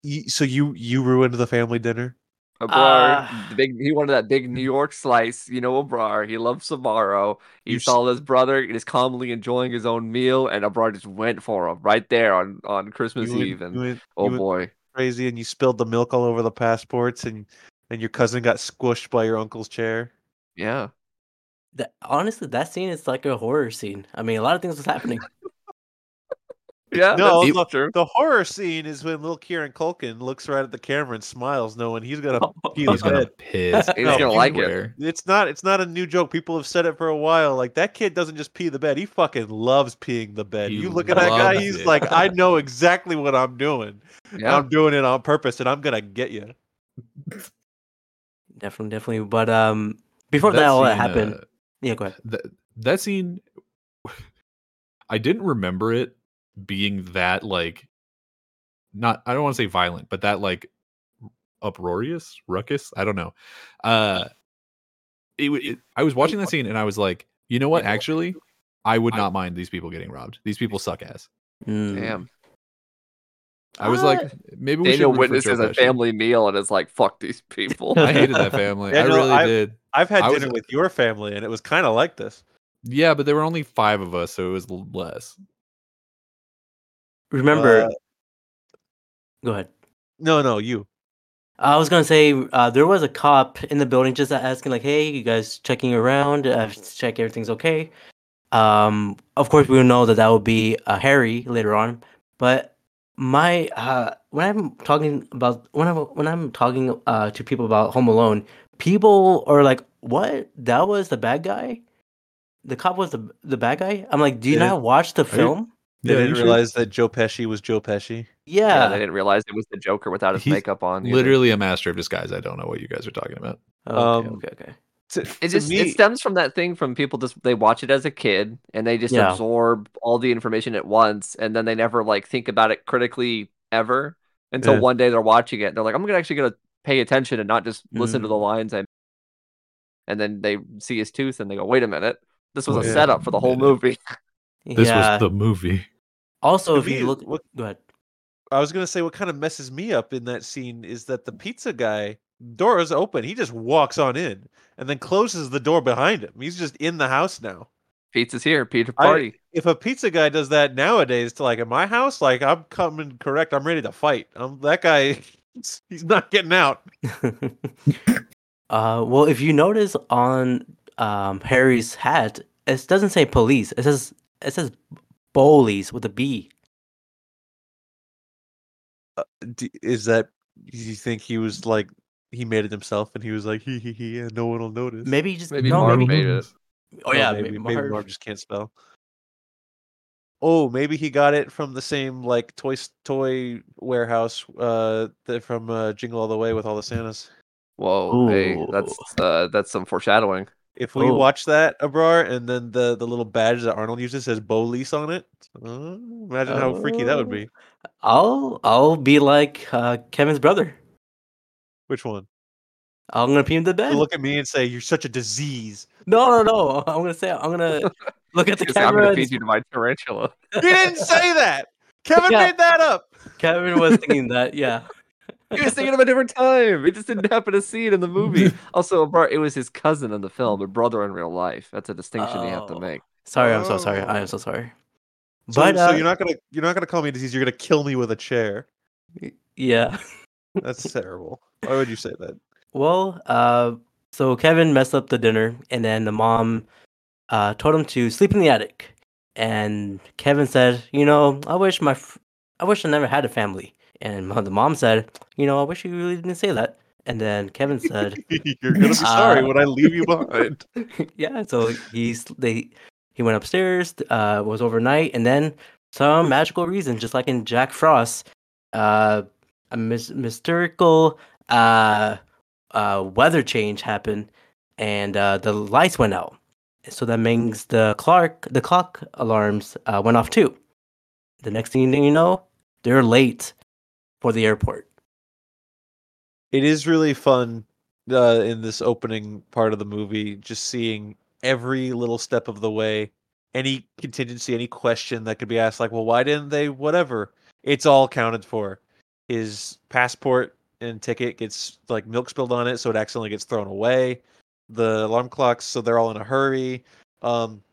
D: Y- So you you ruined the family dinner.
G: Abrar,
B: Ah.
D: Uh,
G: the big. He wanted that big New York slice. You know, Abrar. He loves Sabaro. He
D: You s-
G: saw his brother just calmly enjoying his own meal, and Abrar just went for him right there on on Christmas
D: you went-
G: Eve. And
D: you went-
G: oh
D: you went-
G: boy,
D: crazy and you spilled the milk all over the passports and and your cousin got squished by your uncle's chair.
G: yeah.
B: that, honestly, that scene is like a horror scene. I mean, a lot of things was happening.
G: Yeah,
D: No,
G: that's
D: look-
G: true.
D: The horror scene is when little Kieran Culkin looks right at the camera and smiles, knowing he's gonna.
F: Oh.
D: pee
F: [LAUGHS] He's
D: his
F: gonna
D: bed.
F: piss.
G: He's gonna like it.
F: everywhere.
D: [LAUGHS] It's not. It's not a new joke. People have said it for a while. Like that kid doesn't just pee the bed. He fucking loves peeing the bed.
F: He
D: you look at that guy.
F: loves
D: He's
F: it.
D: like,
F: [LAUGHS]
D: I know exactly what I'm doing.
G: Yeah,
D: I'm doing it on purpose, and I'm gonna get you.
B: Definitely, definitely. But um, before that, all that
F: scene,
B: happened.
F: uh,
B: yeah, go ahead.
F: that, that scene i didn't remember it being that like not i don't want to say violent but that like uproarious ruckus i don't know uh it, w- it i was watching that scene and i was like you know what actually i would not mind these people getting robbed these people suck ass
B: Mm.
G: damn.
F: i was like maybe we
G: Daniel
F: should root for Joe
G: witnesses a
F: Pesci.
G: family meal and is like,
D: [LAUGHS]
G: "Fuck these people."
F: i hated that family
D: Yeah,
F: i
D: no,
F: really
D: I-
F: did
D: I've had
F: I was-
D: dinner with your family, and it was kind of like this.
F: yeah but there were only five of us so it was l- less
B: Remember?
D: Uh,
B: go ahead.
D: no, no, you.
B: I was gonna say uh, there was a cop in the building just asking like, "Hey, you guys checking around? Uh, just check everything's okay." Um, of course, we know that that would be uh, Harry later on, but my uh, when I'm talking about when I'm when I'm talking uh, to people about Home Alone, people are like, "What? That was the bad guy? The cop was the the bad guy?" I'm like, "Do you
D: Did it-
B: not watch the film?"
D: They
F: Yeah, you
D: didn't
F: should-
D: realize that Joe Pesci was Joe Pesci.
G: yeah,
B: Yeah.
G: they didn't realize it was the Joker without his
F: He's
G: makeup on. either.
F: literally a master of disguise. I don't know what you guys are talking about.
B: okay,
D: Um,
B: okay. Okay.
D: To,
G: It
D: to
G: just
D: me-
G: it stems from that thing from people just they watch it as a kid and they just
B: Yeah.
G: absorb all the information at once and then they never like think about it critically ever until
D: Yeah. Mm-hmm.
G: one day they're watching it and they're like I'm gonna actually gonna pay attention and not just listen to the lines I and then they see his tooth and they go, "Wait a minute, this was
F: Wait
G: a
F: a
G: setup for the whole
F: minute."
G: movie." [LAUGHS]
F: This
B: yeah.
F: was the movie.
B: also, if
D: If
B: you
D: you
B: look,
D: look-
B: go ahead.
D: I was gonna say what kind of messes me up in that scene is that the pizza guy door's open. He just walks on in and then closes the door behind him. He's just in the house now.
G: Pizza's here, Peter
D: I-
G: party.
D: If a pizza guy does that nowadays to like in my house, like I'm coming correct. I'm ready to fight. I'm that guy. [LAUGHS] He's not getting out.
B: [LAUGHS] uh, well, if you notice on um, Harry's hat, it doesn't say police. It says it says Bowlies with a B.
D: D- Is that do you think he was like he made it himself and he was like he he he and no one will notice?
B: Maybe he just
G: Maybe
B: no,
G: Marv
B: maybe-
G: made it.
B: Oh yeah,
D: maybe,
B: maybe
D: maybe Marv
B: Marv.
D: just can't spell. Oh, maybe he got it from the same like toy s- toy warehouse uh that from uh, Jingle All the Way with all the Santas.
G: Whoa, hey, that's uh, that's
D: [LAUGHS]
G: some foreshadowing.
D: If we
B: Oh.
D: watch that Abrar, and then the the little badge that Arnold uses says Bo Lease on it, uh, imagine how freaky that would
B: Oh.
D: be.
B: I'll I'll be like uh, Kevin's brother.
D: Which one?
B: I'm gonna pee in the
D: You
B: bed.
D: Look at me and say you're such
B: [LAUGHS]
D: a disease.
B: no, no, no. I'm gonna say I'm gonna look at the
G: Because I'm
B: camera.
G: gonna
B: and
G: feed you to my tarantula.
D: You didn't say that. Kevin
B: Yeah.
D: made that up.
B: Kevin was thinking that. Yeah.
G: He was thinking of a different time. He just didn't happen to see it in the movie. also, bro, it was his cousin in the film, but brother in real life. That's a distinction you have to
B: Oh.
G: make.
B: [LAUGHS] Sorry, I'm so sorry. I
D: Oh.
B: am so sorry.
D: So,
B: But
D: so
B: uh,
D: you're not gonna you're not gonna call me a disease. You're gonna kill me with a chair.
B: yeah.
D: That's terrible. Why would you say that?
B: Well, uh, so Kevin messed up the dinner, and then the mom uh, told him to sleep in the attic. And Kevin said, "You know, I wish my, f- I wish I never had a family." And [LAUGHS] mo- the mom said, "You know, I wish you really didn't say that." And then Kevin said,
D: [LAUGHS] You're gonna be sorry
B: Uh,
D: when I leave you behind.
B: [LAUGHS] "Yeah." So he's they, he went upstairs. Uh, was overnight, and then some magical reason, just like in Jack Frost, uh, a mys- mystical uh, uh, weather change happened, and uh, the lights went out. So that means the clock, the clock alarms uh, went off too. The next thing you know, they're late for the airport.
D: It is really fun uh, in this opening part of the movie, just seeing every little step of the way, any contingency, any question that could be asked, like, well, why didn't they? Whatever. It's all counted for. His passport and ticket gets like milk spilled on it, so it accidentally gets thrown away. The alarm clocks, so they're all in a hurry. Um,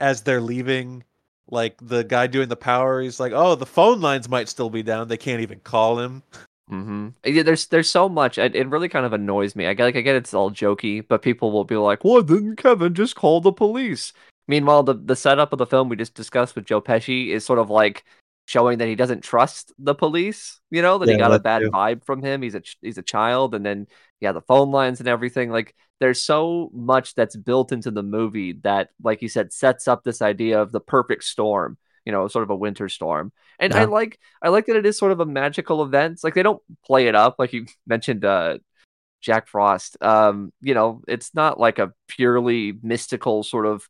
D: as they're leaving, like the guy doing the power, he's like, "Oh, the phone lines might still be down. They can't even call him."
G: hmm Yeah, there's there's so much. It, it really kind of annoys me. I get like I get it's all jokey, but people will be like, "Why didn't Kevin just call the police?" Meanwhile, the the setup of the film we just discussed with Joe Pesci is sort of like showing that he doesn't trust the police. You know that he
D: Yeah,
G: got a
D: that
G: bad
D: too.
G: vibe from him. He's a ch- he's a child, and then yeah, the phone lines and everything. Like there's so much that's built into the movie that, like you said, sets up this idea of the perfect storm. You know, sort of a winter storm. And I
B: Yeah.
G: like I like that it is sort of a magical event. It's like they don't play it up, like you mentioned, uh, Jack Frost. Um, you know, it's not like a purely mystical sort of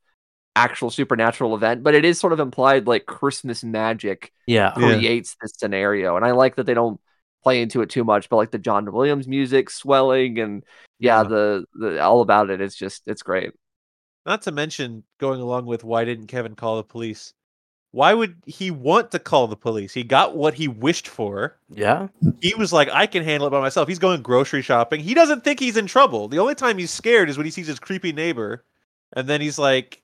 G: actual supernatural event, but it is sort of implied like Christmas magic
B: Yeah.
D: Yeah.
G: creates this scenario, and I like that they don't play into it too much. But like the John Williams music swelling and yeah,
D: Yeah.
G: the the all about it. It's just it's great.
D: Not to mention going along with why didn't Kevin call the police? Why would he want to call the police? He got what he wished for.
B: Yeah.
D: He was like, I can handle it by myself. He's going grocery shopping. He doesn't think he's in trouble. The only time he's scared is when he sees his creepy neighbor. And then he's like,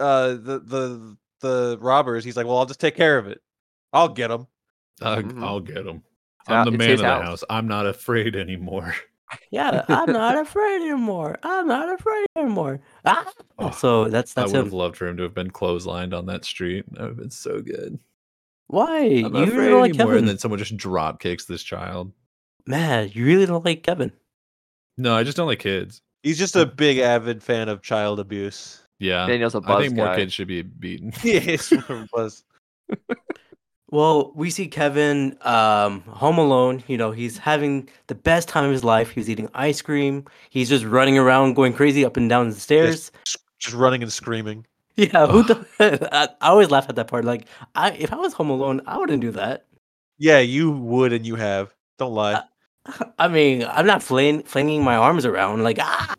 D: uh, the the the robbers. He's like, well, I'll just take care of it. I'll get him.
F: I'll,
B: Mm-hmm.
G: Mhm.
F: I'll get him.
G: It's
F: I'm
G: hou-
F: the
G: it's
F: man
G: his
F: of the
G: house.
F: house. I'm not afraid anymore. [LAUGHS]
B: [LAUGHS] Yeah, I'm not afraid anymore. I'm not afraid anymore. Ah!
F: Oh,
B: so that's
F: I
B: that's
F: would have
B: him.
F: loved for him to have been clotheslined on that street. That would have been so good.
B: Why
F: I'm
B: you
F: not
B: really
F: afraid
B: don't
F: anymore.
B: like Kevin?
F: And then someone just drop kicks this child.
B: Man, you really don't like Kevin.
F: No, I just don't like kids.
D: He's just a big avid fan of child abuse. [LAUGHS]
F: Yeah.
G: Daniel's a
F: I
G: buzz
F: think more
G: guy.
F: kids should be beaten.
D: Yes, was.
B: Well, we see Kevin um, home alone. You know, he's having the best time of his life. He's eating ice cream. He's just running around, going crazy up and down the stairs.
D: Just running and screaming.
B: [LAUGHS] Yeah, who the? [LAUGHS] I, I always laugh at that part. Like, I if I was home alone, I wouldn't do that. [LAUGHS]
D: Yeah, you would and you have. Don't lie.
B: I mean, I'm not fling, flinging my arms around like ah.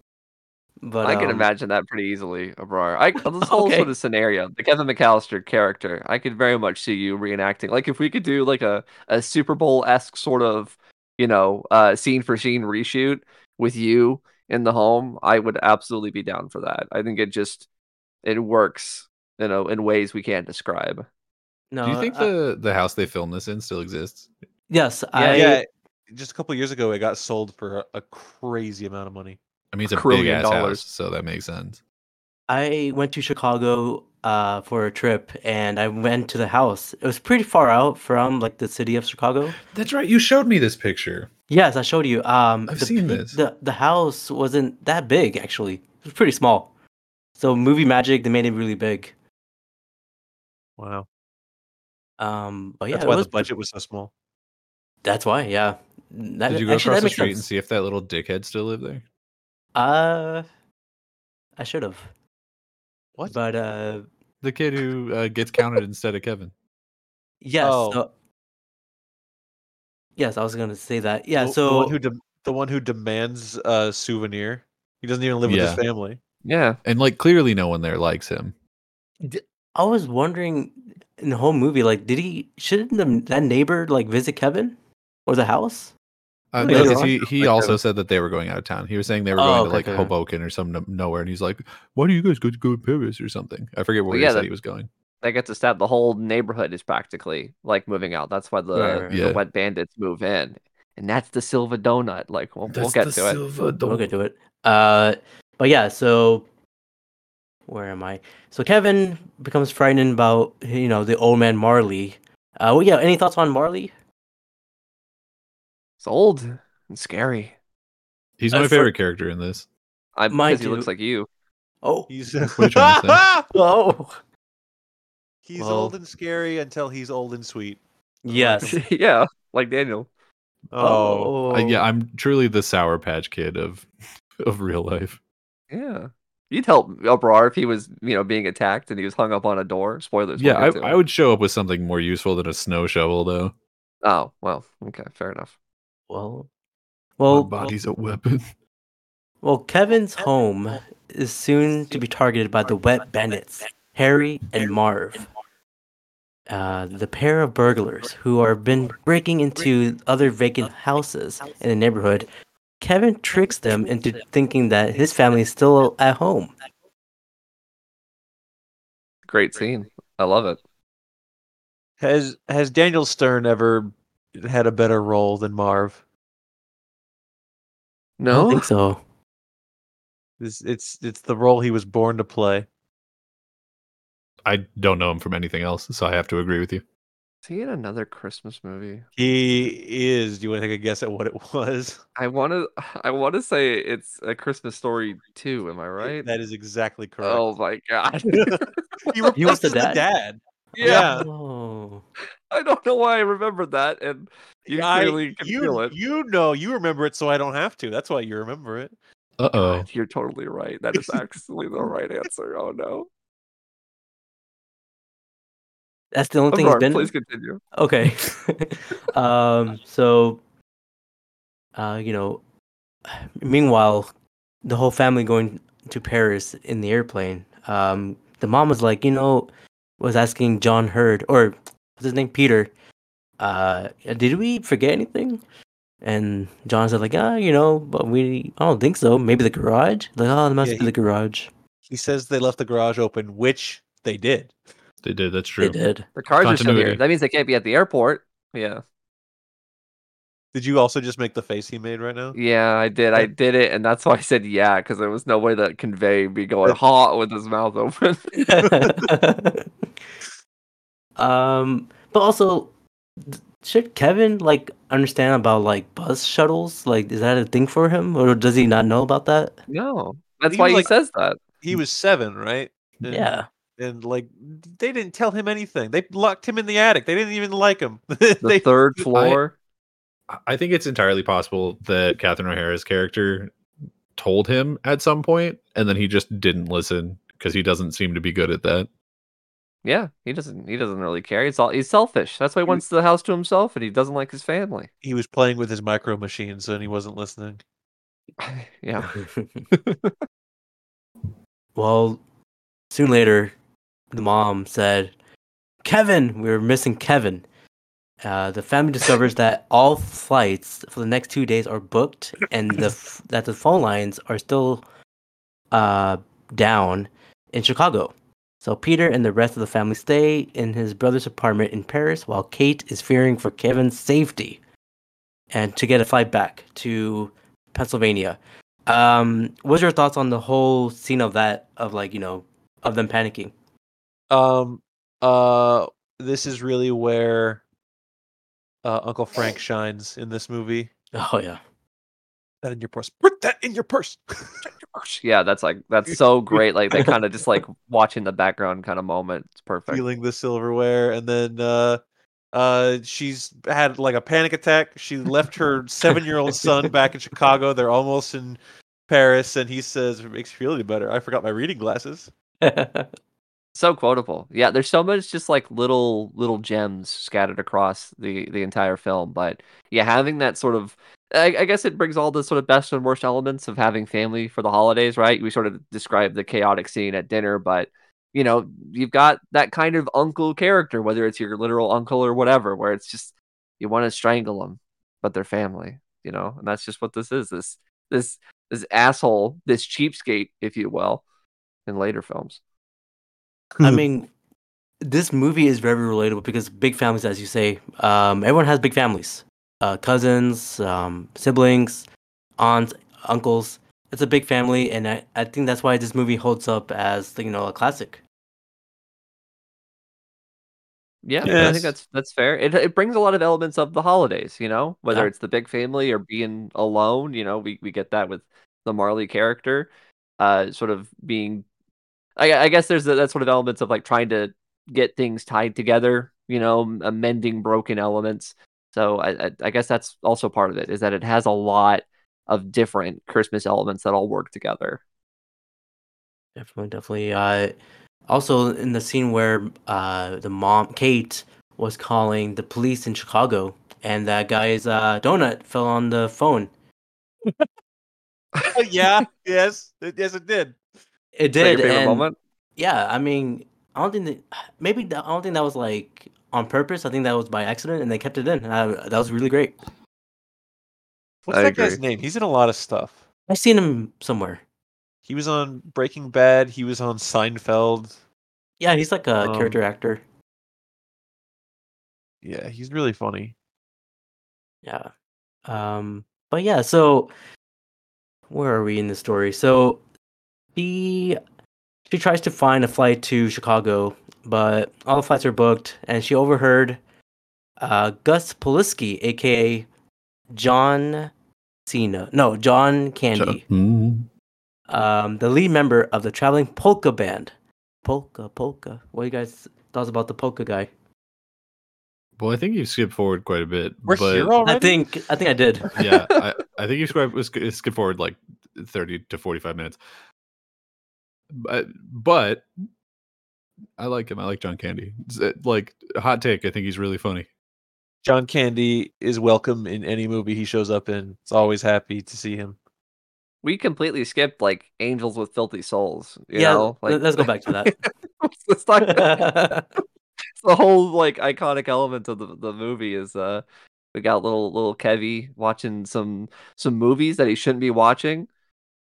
B: But
G: I can
B: um,
G: imagine that pretty easily, Abrar.
B: [LAUGHS]
G: I this whole
B: Okay.
G: sort of scenario, the Kevin McAllister character, I could very much see you reenacting. Like if we could do like a, a Super Bowl esque sort of, you know, uh, scene for scene reshoot with you in the home, I would absolutely be down for that. I think it just it works, you know, in ways we can't describe.
B: No,
F: Do you think
B: I-
F: the the house they filmed this in still exists?
B: yes, I
D: yeah, just a couple years ago, it got sold for a, a crazy amount of money.
F: I mean, it's a
G: Trillion
F: big ass
G: dollars.
F: house, so that makes sense.
B: I went to Chicago uh, for a trip, and I went to the house. It was pretty far out from like the city of Chicago.
F: That's right. You showed me this picture.
B: Yes, I showed you. Um,
F: I've
B: the,
F: seen
B: pe-
F: this.
B: The the house wasn't that big actually. It was pretty small. So movie magic, they made it really big.
D: Wow,
B: Um, but yeah,
D: that's
B: it
D: why
B: was-
D: the budget was so small.
B: That's why, yeah. That,
F: Did you
B: actually,
F: go across
B: that
F: the
B: makes
F: street and
B: sense.
F: see if that little dickhead still lived there?
B: Uh, I should have.
D: What?
B: But uh,
F: The kid who uh, gets counted instead of Kevin.
B: yes.
D: Oh.
B: so- yes, I was gonna say that. Yeah.
D: The- the
B: so
D: one who dem the one who demands a souvenir, he doesn't even live with
F: Yeah.
D: his family.
G: Yeah.
F: And like clearly no one there likes him.
B: I was wondering in the whole movie, like, did he shouldn't the, that neighbor like visit Kevin or the house?
F: Uh,
B: Yeah,
F: no, 'cause
B: it's
F: he,
D: not
F: he
D: like
F: also
D: Kevin.
F: said that they were going out of town. He was saying they were
B: Oh,
F: going
B: okay,
F: to like
B: okay.
F: Hoboken or some nowhere, and he's like, "Why do you guys go to go to Paris or something?" I forget where he
G: yeah,
F: said
G: that-
F: he was going.
G: That gets established. The whole neighborhood is practically like moving out. That's why the,
B: Right, right.
G: the
F: Yeah.
G: wet bandits move in. And that's the Silva Donut. Like we'll, we'll get to it.
B: We'll
G: [LAUGHS]
B: get to it. Uh, but yeah, so where am I? So Kevin becomes frightened about you know the old man Marley. Uh, well, yeah. Any thoughts on Marley?
G: It's old and scary.
F: He's
B: Uh,
F: my
B: for-
F: favorite character in this.
G: I
B: Mine
G: because he looks
B: too.
G: like you.
B: Oh,
D: [LAUGHS] He's
F: What are you trying to
B: oh,
D: [LAUGHS] he's
B: Well-
D: old and scary until he's old and sweet.
G: [LAUGHS]
B: yes.
G: yeah, like Daniel.
D: Oh,
F: I, yeah, I'm truly the Sour Patch Kid of [LAUGHS] of real life.
G: Yeah. You'd help Elbrar if he was, you know, being attacked and he was hung up on a door. Spoilers.
F: Yeah,
G: we'll get to
F: I,
G: it.
F: I would show up with something more useful than a snow shovel, though.
G: Oh well, okay, fair enough.
B: Well, well,
F: My body's a weapon. [LAUGHS]
B: well. Kevin's home is soon to be targeted by the wet bandits, Harry and Marv. Uh, the pair of burglars who are been breaking into other vacant houses in the neighborhood. Kevin tricks them into thinking that his family is still at home.
G: Great scene. I love it.
D: has has Daniel Stern ever had a better role than Marv?
B: I don't
G: No,
B: think so.
D: It's it's, it's the role he was born to play.
F: I don't know him from anything else, so I have to agree with you.
G: is he in another Christmas movie?
D: He is. Do you want to take a guess at what it [LAUGHS] was?
G: I want to. [LAUGHS] I want to say it's a Christmas story too. Am I right?
D: That is exactly correct.
G: Oh my god.
D: he [LAUGHS] replaces
B: was the
G: [LAUGHS]
D: the
B: dad?
D: dad.
G: yeah,
B: Oh.
G: I don't know why I remembered that, and you
D: I-
G: clearly can
D: you,
G: feel it.
D: you know, you remember it, so I don't have to. That's why you remember it.
F: Uh oh.
G: [LAUGHS] You're totally right. That is actually the right answer. Oh no.
B: That's the only thing
G: Abrar,
B: he's been.
G: please continue.
B: Okay. [LAUGHS] um, so, uh, you know, meanwhile, the whole family going to Paris in the airplane. Um, the mom was like, you know, was asking John Hurd or what's his name, Peter. Uh, did we forget anything? And John said like, ah, you know, but we, I don't think so. Maybe the garage. Like, oh, it must
D: Yeah,
B: be the garage.
D: He says they left the garage open, which they did.
F: They did. That's true.
B: They did.
G: The cars are still here.
F: Continuity.
G: That means they can't be at the airport. Yeah.
D: Did you also just make the face he made right now?
G: Yeah, I did. I did it, and that's why I said yeah, because there was no way that convey be going hot with his mouth open.
B: [LAUGHS] um, but also, th- should Kevin like understand about like bus shuttles? Like, is that a thing for him, or does he not know about that?
G: [LAUGHS] no. That's
D: He
G: why
D: was
G: he
D: like-
G: says that.
D: He was seven, right? And-
B: Yeah,
D: And like, they didn't tell him anything. They locked him in the attic. They didn't even like him. [LAUGHS]
G: The
D: they,
G: third
F: I-
G: floor.
F: I think it's entirely possible that Catherine O'Hara's character told him at some point, and then he just didn't listen because he doesn't seem to be good at that.
G: yeah, he doesn't. He doesn't really care. He's all. He's selfish. That's why he wants the house to himself, and he doesn't like his family. [LAUGHS]
D: he was playing
G: [LAUGHS]
D: with his micro machines and he wasn't listening.
G: yeah.
B: [LAUGHS] Well, soon later, the mom said, Kevin, we were missing Kevin. Uh, the family discovers that all flights for the next two days are booked and the f- that the phone lines are still uh, down in Chicago. So Peter and the rest of the family stay in his brother's apartment in Paris while Kate is fearing for Kevin's safety and to get a flight back to Pennsylvania. Um, what's your thoughts on the whole scene of that of like, you know, of them panicking?
D: Um, uh, this is really where uh, Uncle Frank
G: [LAUGHS]
D: shines in this movie.
B: Oh [LAUGHS] yeah.
D: That in your purse. Put that in your purse. [LAUGHS]
G: Yeah, that's like that's so great. Like [LAUGHS] that kind of just like watching the background kind of moment. It's perfect.
D: Stealing the silverware, and then uh, uh, she's had like a panic attack. She left [LAUGHS] her seven-year-old son back in Chicago. They're almost in Paris, and he says, "If "It makes you feel any better." I forgot my reading glasses.
G: So quotable. Yeah, there's so much just like little little gems scattered across the the entire film. But yeah, having that sort of I, I guess it brings all the sort of best and worst elements of having family for the holidays, right? We sort of described the chaotic scene at dinner, but you know, you've got that kind of uncle character, whether it's your literal uncle or whatever, where it's just you want to strangle them, but they're family, you know, and that's just what this is. This this this asshole, this cheapskate, if you will, in later films.
B: I mean, this movie is very relatable because big families, as you say, um, everyone has big families uh, cousins, um, siblings, aunts, uncles. It's a big family, and I, I think that's why this movie holds up as you know a classic.
G: Yeah, I
D: Yes.
G: think that's that's fair. It it brings a lot of elements of the holidays, you know, whether
B: Yeah.
G: it's the big family or being alone, you know, we, we get that with the Marley character, uh, sort of being, I, I guess there's that, that sort of elements of like trying to get things tied together, you know, m- amending broken elements. So I, I I guess that's also part of it is that it has a lot of different Christmas elements that all work together.
B: Definitely, definitely. Uh, also, in the scene where uh, the mom, Kate, was calling the police in Chicago, and that guy's uh, donut fell on the phone.
D: Uh, yeah. Yes. It, yes, it did.
B: It
G: Is that your
B: did.
G: favorite
B: and-
G: moment?
B: Yeah, I mean, I don't think that, maybe that, I don't think that was like on purpose. I think that was by accident, and they kept it in. And I, that was really great.
D: What's
G: I
D: that guy's
G: agree.
D: name? He's in a lot of stuff.
B: I seen him somewhere.
D: He was on Breaking Bad. He was on Seinfeld.
B: Yeah, he's like a
D: Um,
B: character actor.
D: Yeah, he's really funny.
B: Yeah. Um. But yeah, so where are we in the story? So she she tries to find a flight to Chicago, but all the flights are booked, and she overheard uh, Gus Polisky, aka John Cena, no John Candy. um, the lead member of the traveling polka band. Polka, polka. What you guys thoughts about the polka guy?
F: Well, I think you skipped forward quite a bit.
D: We're
F: but
D: here already.
B: I think I think I did.
F: yeah, I, I think you scribe was skip forward like thirty to forty five minutes. But but I like him. I like John Candy. It's, uh, Like hot take, I think he's really funny.
D: John Candy is welcome in any movie he shows up in. It's always happy to see him.
G: we completely skipped like angels with filthy souls you
B: Yeah,
G: know
B: let-
G: like
B: let's go back to that.
G: [LAUGHS] it's, not, it's the whole like iconic element of the, the movie is uh we got little little kevy watching some some movies that he shouldn't be watching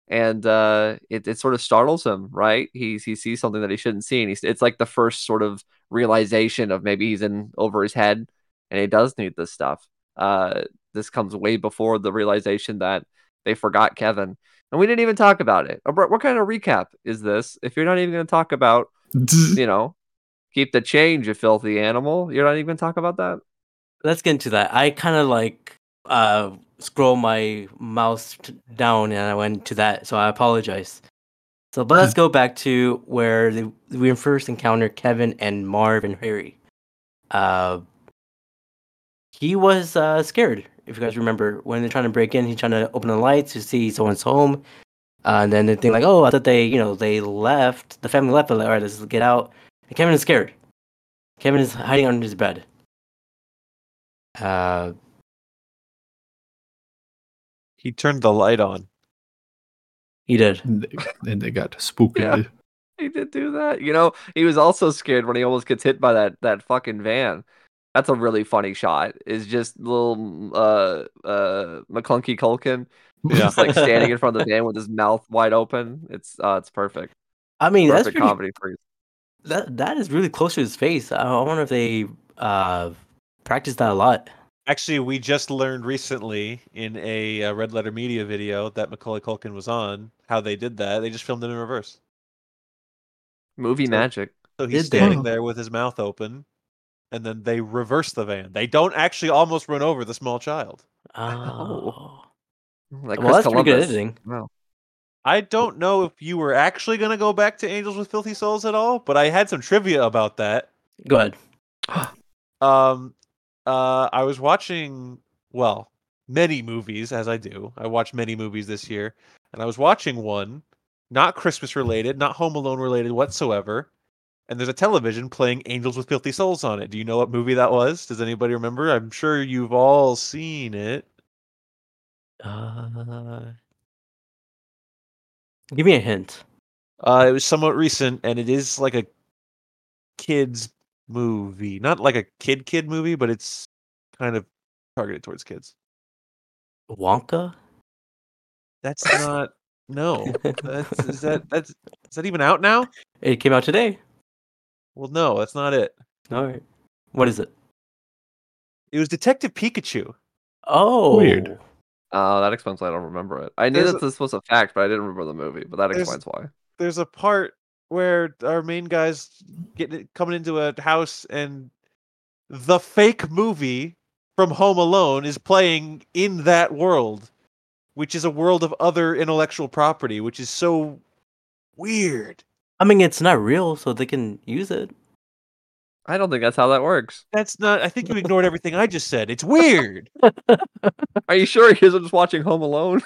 G: and uh it, it sort of startles him right he's he sees something that he shouldn't see and he's it's like the first sort of realization of maybe he's in over his head and he does need this stuff uh this comes way before the realization that they forgot kevin and we didn't even talk about it Uh, what what kind of recap is this if you're not even going to talk about [LAUGHS] you know keep the change you filthy animal you're not even going to talk about that
B: let's get into that. I kind of like uh, scroll my mouse t- down, and I went to that, so I apologize. So, but let's go back to where the, we first encounter Kevin and Marv and Harry. Uh, he was uh, scared, if you guys remember, when they're trying to break in. He's trying to open the lights to see someone's home, uh, and then they think like, "Oh, I thought they, you know, they left. The family left. But like, all right, let's get out." And Kevin is scared. Kevin is hiding under his bed. Uh,
D: He turned the light on.
B: He did.
F: And they, and they got spooked.
G: Yeah. He did do that. You know, he was also scared when he almost gets hit by that that fucking van. That's a really funny shot. Is just little uh uh McClunky Culkin
D: Yeah.
G: just like standing
D: [LAUGHS]
G: in front of the van with his mouth wide open. It's uh it's perfect.
B: I mean, that's
G: Perfect
B: pretty,
G: comedy freeze.
B: that that is really close to his face. I, I wonder if they uh practiced that a lot.
D: Actually, we just learned recently in a uh, Red Letter Media video that Macaulay Culkin was on how they did that. They just filmed it in reverse.
G: Movie
D: So-
G: magic.
D: So he's
B: Did they?
D: standing
F: Huh.
D: there with his mouth open, and then they reverse the van. They don't actually almost run over the small child.
B: Oh, well,
G: Like Chris
B: that's pretty good
G: Columbus.
B: editing.
G: Wow.
D: I don't know if you were actually going to go back to Angels with Filthy Souls at all, but I had some trivia about that.
B: Go ahead.
D: Um, uh, I was watching, well, many movies as I do. I watched many movies this year, and I was watching one, not Christmas related, not Home Alone related whatsoever. And there's a television playing Angels with Filthy Souls on it. Do you know what movie that was? Does anybody remember? I'm sure you've all seen it.
B: Uh, give me a hint.
D: Uh, it was somewhat recent, and it is like a kids movie, not like a kid kid movie, but it's kind of targeted towards kids.
B: Wonka.
D: That's not no. That's is that that's is that even out now?
B: [LAUGHS] It came out today.
D: Well, no, that's not it.
B: All right. What is it?
D: It was Detective Pikachu.
B: Oh,
F: Weird.
G: Oh, that explains why I don't remember it. I knew
D: There's
G: that this was a fact, but I didn't remember the movie. But that
D: There's-
G: explains why.
D: There's a part where our main guys getting coming into a house and the fake movie from Home Alone is playing in that world, which is a world of other intellectual property, which is so weird.
B: I mean, it's not real, so they can use it.
G: I don't think that's how that works.
D: That's not. I think you ignored everything I just said. It's weird.
G: Are you sure [LAUGHS] he isn't just watching Home Alone?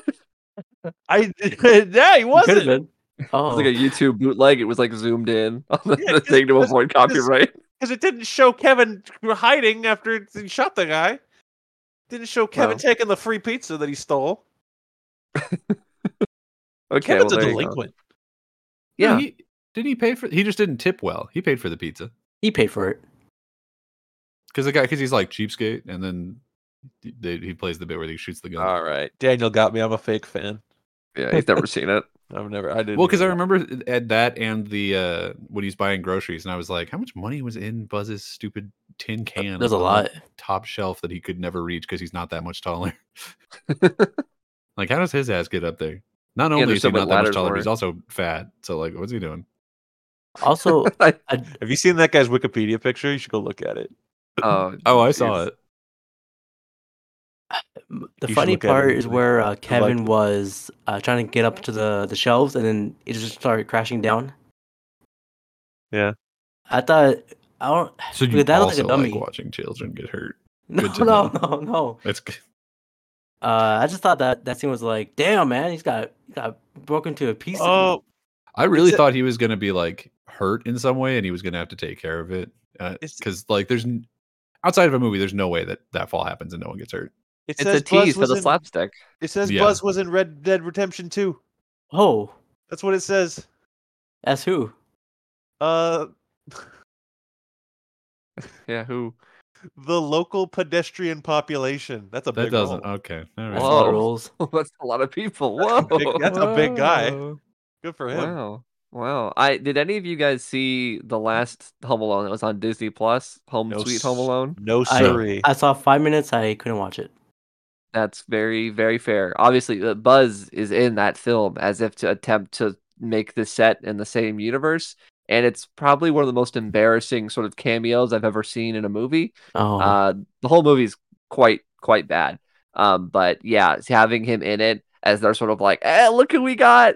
G: [LAUGHS]
D: I [LAUGHS] yeah, he
B: It could've
D: wasn't.
B: been. Oh,
G: It was like a YouTube bootleg. It was like zoomed in [LAUGHS] on the,
D: Yeah,
G: the
D: 'cause-
G: thing to
D: 'cause-
G: avoid
D: 'cause-
G: copyright. [LAUGHS]
D: because it didn't show Kevin hiding after he shot the guy. Didn't show Kevin
G: Well.
D: taking the free pizza that he stole.
G: Okay, well,
D: Kevin's a
G: there you go.
D: delinquent.
G: Yeah.
F: He, didn't he pay for? He just didn't tip well. He paid for the pizza
B: he paid for it.
F: because the guy because he's like cheapskate, and then they, he plays the bit where he shoots the gun.
D: All right, Daniel got me. I'm a fake fan.
G: Yeah, he's never
D: [LAUGHS]
G: seen it.
D: I've never. I didn't.
F: Well, because I
D: even-
F: remember at that and the uh when he's buying groceries, and I was like, how much money was in Buzz's stupid tin can?
B: There's a
F: on the
B: lot.
F: Top shelf that he could never reach because he's not that much [LAUGHS] taller. like, how does his ass get up there? Not only
G: there's
F: is
G: so
F: he
G: many
F: not that much
G: ladders
F: taller,
G: for
F: but he's
G: it.
F: also fat. So, like, what's he doing?
B: Also,
G: I-
B: I,
D: Have you seen that guy's Wikipedia picture? You should go look at it.
G: Oh,
F: Oh, I saw it.
B: m- the
D: You should
B: funny
D: look at it
B: part
D: and
B: is
D: see.
B: where uh,
D: I like
B: Kevin
D: it.
B: was uh, trying to get up to the, the shelves, and then it just started crashing down.
D: Yeah.
B: I thought I don't. [LAUGHS]
F: So
B: Look
F: you
B: at that, like a
F: also like
B: dummy.
F: watching children get hurt.
B: No,
F: Good to
B: no,
F: know.
B: no, no.
F: That's good.
B: Uh, I just thought that that scene was like, damn, man, he's got he got broken to a piece.
D: Oh,
F: I really
D: a-
F: thought he was going to be like hurt in some way, and he was going to have to take care of it.
D: It's-
F: Because like, there's n- outside of a movie, there's no way that that fall happens and no one gets hurt.
D: it
G: it's
D: says
G: a tease
D: Buzz
G: for
D: was
G: the
D: in-
G: slapstick.
D: It says
F: Yeah.
D: Buzz was in Red Dead Redemption 2.
B: oh,
D: That's what it says.
B: that's who.
D: Uh,
G: Yeah, who? [LAUGHS]
D: the local pedestrian population. That's a
F: That
D: big
F: doesn't. [LAUGHS]
D: role.
F: Okay. All
B: That's
F: right.
B: a lot
G: Whoa.
B: of roles.
G: That's a lot of people.
D: [LAUGHS]
G: Whoa,
D: That's a big- that's a big guy.
G: Whoa.
D: Good for him.
G: Wow, wow. I did any of you guys see the last Home Alone that was on Disney Plus? Home
D: No
G: Sweet Home
D: s-
G: Alone.
D: No
B: I-
D: siree.
B: I saw five minutes. I couldn't watch it.
G: That's very, very fair. Obviously, uh, Buzz is in that film as if to attempt to make the set in the same universe. And it's probably one of the most embarrassing sort of cameos I've ever seen in a movie.
D: Uh-huh.
B: Oh,
G: Uh, the whole movie's quite, quite bad. Um, but yeah, it's having him in it as they're sort of like, eh, look who we got.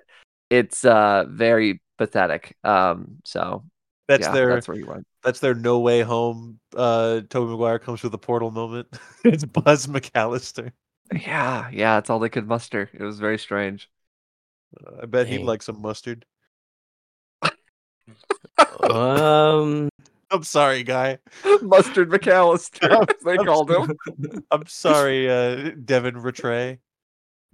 G: It's uh very pathetic. Um, so
D: that's
G: yeah,
D: their
G: that's where you went.
D: That's their no way home. Uh, Toby Maguire comes through the portal
F: [LAUGHS]
D: moment. it's [LAUGHS] Buzz McAllister.
G: Yeah, yeah, that's all they could muster. It was very strange. [LAUGHS]
D: Uh, I bet he'd
B: Dang.
D: like some mustard. Uh,
B: [LAUGHS] um,
D: I'm sorry, guy. [LAUGHS]
G: Mustard McAllister, as they
D: I'm
F: [LAUGHS]
G: called him.
D: I'm sorry, uh, Devin Rattray.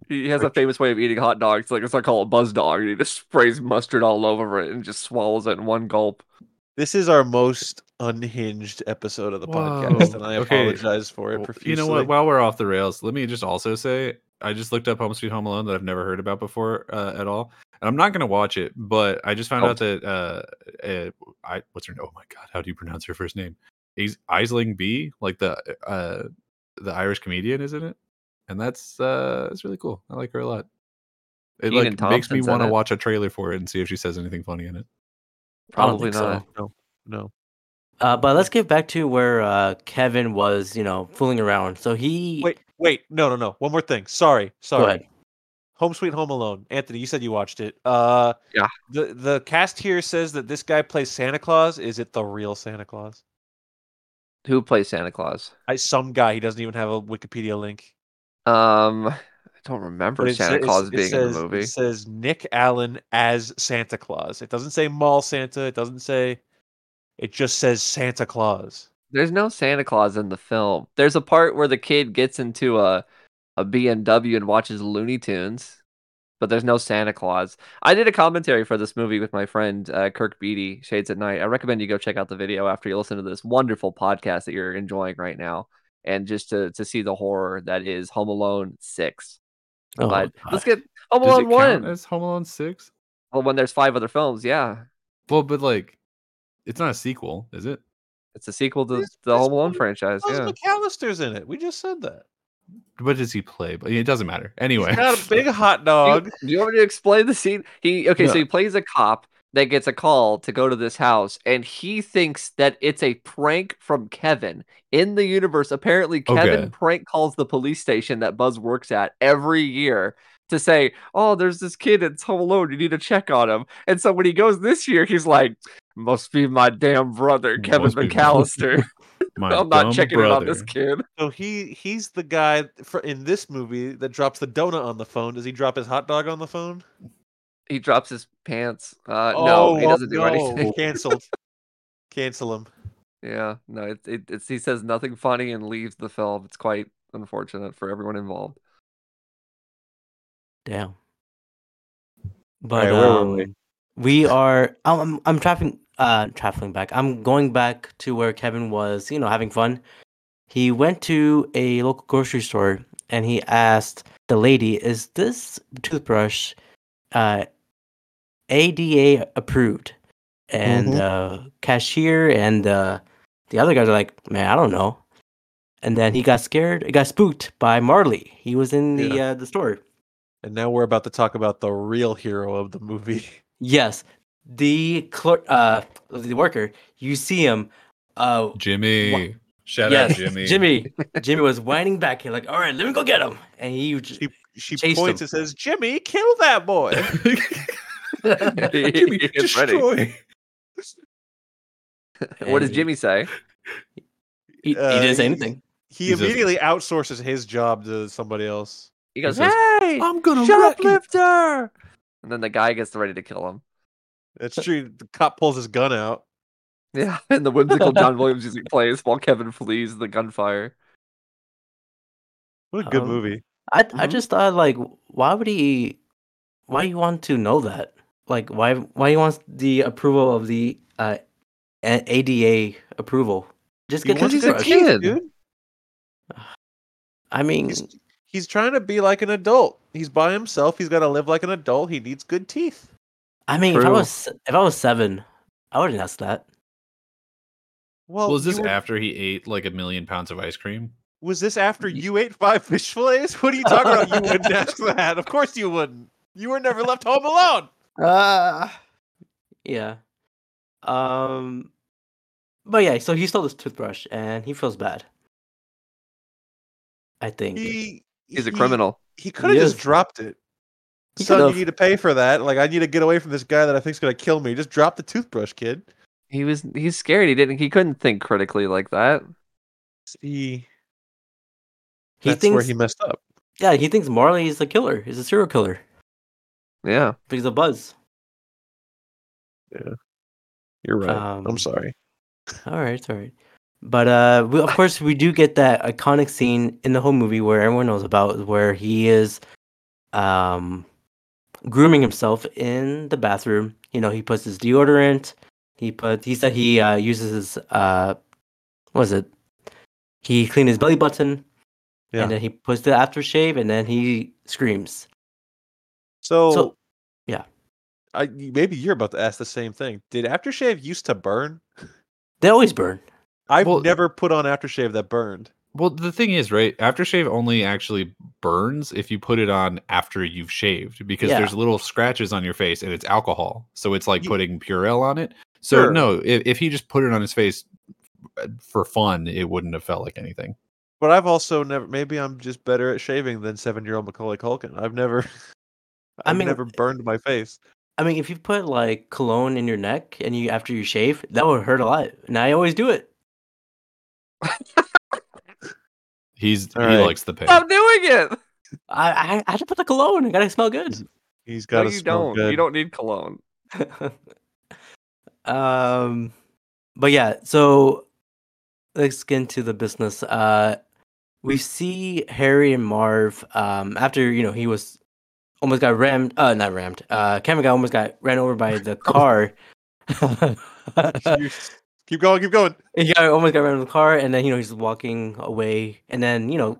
G: He has a famous way of eating hot dogs. Like it's not called a buzz dog. He just sprays mustard all over it and just swallows it in one gulp.
D: This is our most unhinged episode of the podcast,
F: Whoa.
D: and I
F: Okay.
D: apologize for it
F: Well,
D: profusely.
F: you know what? While we're off the rails, let me just also say I just looked up Home Sweet Home Alone that I've never heard about before uh, at all, and I'm not going to watch it. But I just found
G: Oh.
F: out that uh, uh, I what's her? Oh my god, how do you pronounce her first name? Is Isling B, like the uh, the Irish comedian, isn't it? And that's uh, that's really cool. I like her a lot. It
G: Kenan
F: like makes me
G: Thompson's in
F: want to
G: it.
F: watch a trailer for it and see if she says anything funny in it.
B: I don't
G: Probably
B: think so.
G: not.
D: No, no.
B: Uh, but let's get back to where uh, Kevin was, you know, fooling around. So he
D: Wait, wait, no, no, no. One more thing. Sorry,
B: go ahead.
D: sorry. Home Sweet Home Alone. Anthony, you said you watched it. Uh,
G: Yeah.
D: The the cast here says that this guy plays Santa Claus. Is it the real Santa Claus?
G: Who plays Santa Claus?
D: I, some guy. He doesn't even have a Wikipedia link.
G: Um, I don't remember
D: it
G: Santa
D: sa-
G: Claus
D: it
G: being in
D: says,
G: the
D: it
G: movie.
D: says Nick Allen as Santa Claus. It doesn't say Mall Santa. It doesn't say. It just says Santa Claus.
G: There's no Santa Claus in the film. There's a part where the kid gets into a a BMW and watches Looney Tunes, but there's no Santa Claus. I did a commentary for this movie with my friend uh, Kirk Beatty, Shades at Night. I recommend you go check out the video after you listen to this wonderful podcast that you're enjoying right now, and just to to see the horror that is Home Alone Six.
B: Oh,
G: but let's
B: God.
G: get Home
F: Does it
G: Alone
F: count
G: One.
F: as Home Alone Six?
G: Well, when there's five other films, yeah,
F: Well, but like, it's not a sequel, is it?
G: it's a sequel to
D: It's-
G: the
D: it's
G: Home Alone
D: Home-
G: franchise.
D: Those
G: Yeah.
D: McAllister's in it. We just said that.
F: What does he play? But it doesn't matter. Anyway,
D: He's
F: [LAUGHS]
D: got a big hot
G: Do
D: dog.
G: [LAUGHS] you, do you want me to explain the scene? He okay, so
F: No.
G: he plays a cop that gets a call to go to this house, and he thinks that it's a prank from Kevin in the universe. Apparently, Kevin
F: Okay.
G: prank calls the police station that Buzz works at every year to say, "Oh, there's this kid that's home alone. You need to check on him." And so when he goes this year, he's like, "Must be my damn brother, Kevin
F: Must be my-
G: McAllister.
F: [LAUGHS] My
G: I'm not
F: dumb
G: checking in on this
F: brother.
G: kid."
D: So he he's the guy for, in this movie that drops the donut on the phone. Does he drop his hot dog on the phone?
G: He drops his pants. Uh, no, he
F: Oh,
D: well,
G: doesn't do anything.
D: no. [LAUGHS] Canceled. Cancel him.
G: Yeah, no, it, it it's he says nothing funny and leaves the film. It's quite unfortunate for everyone involved. [LAUGHS]
B: Damn. But
D: Alright, where were
B: um,
D: we?
B: we? are. I'm I'm, I'm traveling. Uh, traveling back. I'm going back to where Kevin was. You know, having fun. He went to a local grocery store and he asked the lady, "Is this toothbrush, uh, ADA approved?" And
D: Mm-hmm.
B: uh, cashier and uh, the other guys are like, "Man, I don't know." And then he got scared. He got spooked by Marley. He was in the uh, the store.
D: And now we're about to talk about the real hero of the movie. [LAUGHS]
B: Yes, the clerk, uh, the worker. You see him. Uh,
F: Jimmy. Shout
B: yes,
F: out Jimmy. [LAUGHS]
B: Jimmy. Jimmy was winding back. He's like, "All right, let me go get him." And he just,
D: She she
B: Chased
D: points
B: him.
D: and says, "Jimmy, kill that boy!
G: [LAUGHS]
D: [LAUGHS]
F: Jimmy,
G: He gets ready.
F: destroy.
G: What does
B: And
G: Jimmy say?
B: He, he
D: Uh,
B: didn't say
D: he-
B: anything.
D: He
F: He's a-
D: immediately outsources his job to somebody else.
G: He goes,
F: says,
G: "Hey,
F: I'm gonna wreck you."
G: shoplifter!" And then the guy gets ready to kill him. [LAUGHS]
D: That's true. The cop pulls his gun out.
G: Yeah, and the whimsical John Williams music plays while Kevin flees the gunfire.
D: What a good
B: Um,
D: movie.
B: I I
G: Mhm.
B: just thought like, why would he? Why you want to know that? Like, why why he wants the approval of the uh, A- ADA approval? Just get the
G: wants to get
B: toothbrush.
G: kicked. kid.
D: dude.
B: I mean,
D: He's, he's trying to be like an adult. He's by himself. He's got to live like an adult. He needs good teeth.
B: I mean, if I
G: True.
B: was if I was seven, I wouldn't ask that.
D: Well,
F: Was this
D: you were-
F: after he ate like a million pounds of ice cream?
D: was this after you ate five fish fillets? What are you talking about? You wouldn't ask that. Of course you wouldn't. You were never left home alone.
B: Yeah. Um but yeah, so he stole this toothbrush and he feels bad. I think.
D: He
G: He's a
D: he-
G: criminal.
D: He could have
B: He
D: just
B: is.
D: dropped it.
B: He
D: Son,
B: could've.
D: you need to pay for that. Like, I need to get away from this guy that I think's gonna kill me. Just drop the toothbrush, kid.
G: He was he's scared. He didn't. He couldn't think critically like that.
D: See,
B: He
D: that's where
B: thinks
D: he messed up.
B: yeah, he thinks Marley is the killer. He's a serial killer
G: Yeah.
B: because of Buzz.
D: You're right. I'm
B: Um,
D: sorry.
B: All right, all right. But uh, we, of course, we do get that iconic scene in the whole movie where everyone knows about, where he is um, grooming himself in the bathroom. You know, he puts his deodorant. He put. He said he uh, uses his. Uh, what is it? He cleaned his belly button,
D: Yeah.
B: and then he puts the aftershave, and then he screams.
D: So,
B: So- yeah.
D: I maybe you're about to ask the same thing. Did aftershave used to burn?
B: They always burn.
D: I've
F: Well-
D: never put on aftershave that burned.
F: Well, the thing is, right? Aftershave only actually burns if you put it on after you've shaved because
B: Yeah.
F: there's little scratches on your face and it's alcohol. So it's like
D: Ye-
F: putting Purell on it. So,
D: Sure.
F: no, if, if he just put it on his face uh, for fun, it wouldn't have felt like anything.
D: But I've also never. Maybe I'm just better at shaving than seven-year-old Macaulay Culkin. I've never. [LAUGHS]
B: I
D: I've
B: mean,
D: never burned my face.
B: I mean, if you put like cologne in your neck and you after you shave, that would hurt a lot. And I always do it.
F: He's
D: All
F: he
D: right.
F: likes the pain.
G: Stop doing it.
B: I I, I had to put the cologne. It gotta smell good.
D: He's got
G: No,
D: to
G: you
D: smell
G: don't.
D: good.
G: You don't need cologne.
B: [LAUGHS] um, but yeah, so let's get into the business. Uh, we see Harry and Marv um, after you know he was almost got rammed. Uh, not rammed. Uh, Cameron guy almost got ran over by the car.
D: [LAUGHS] You- keep going. Keep going.
B: he got, almost got ran over the car, and then you know he's walking away, and then you know.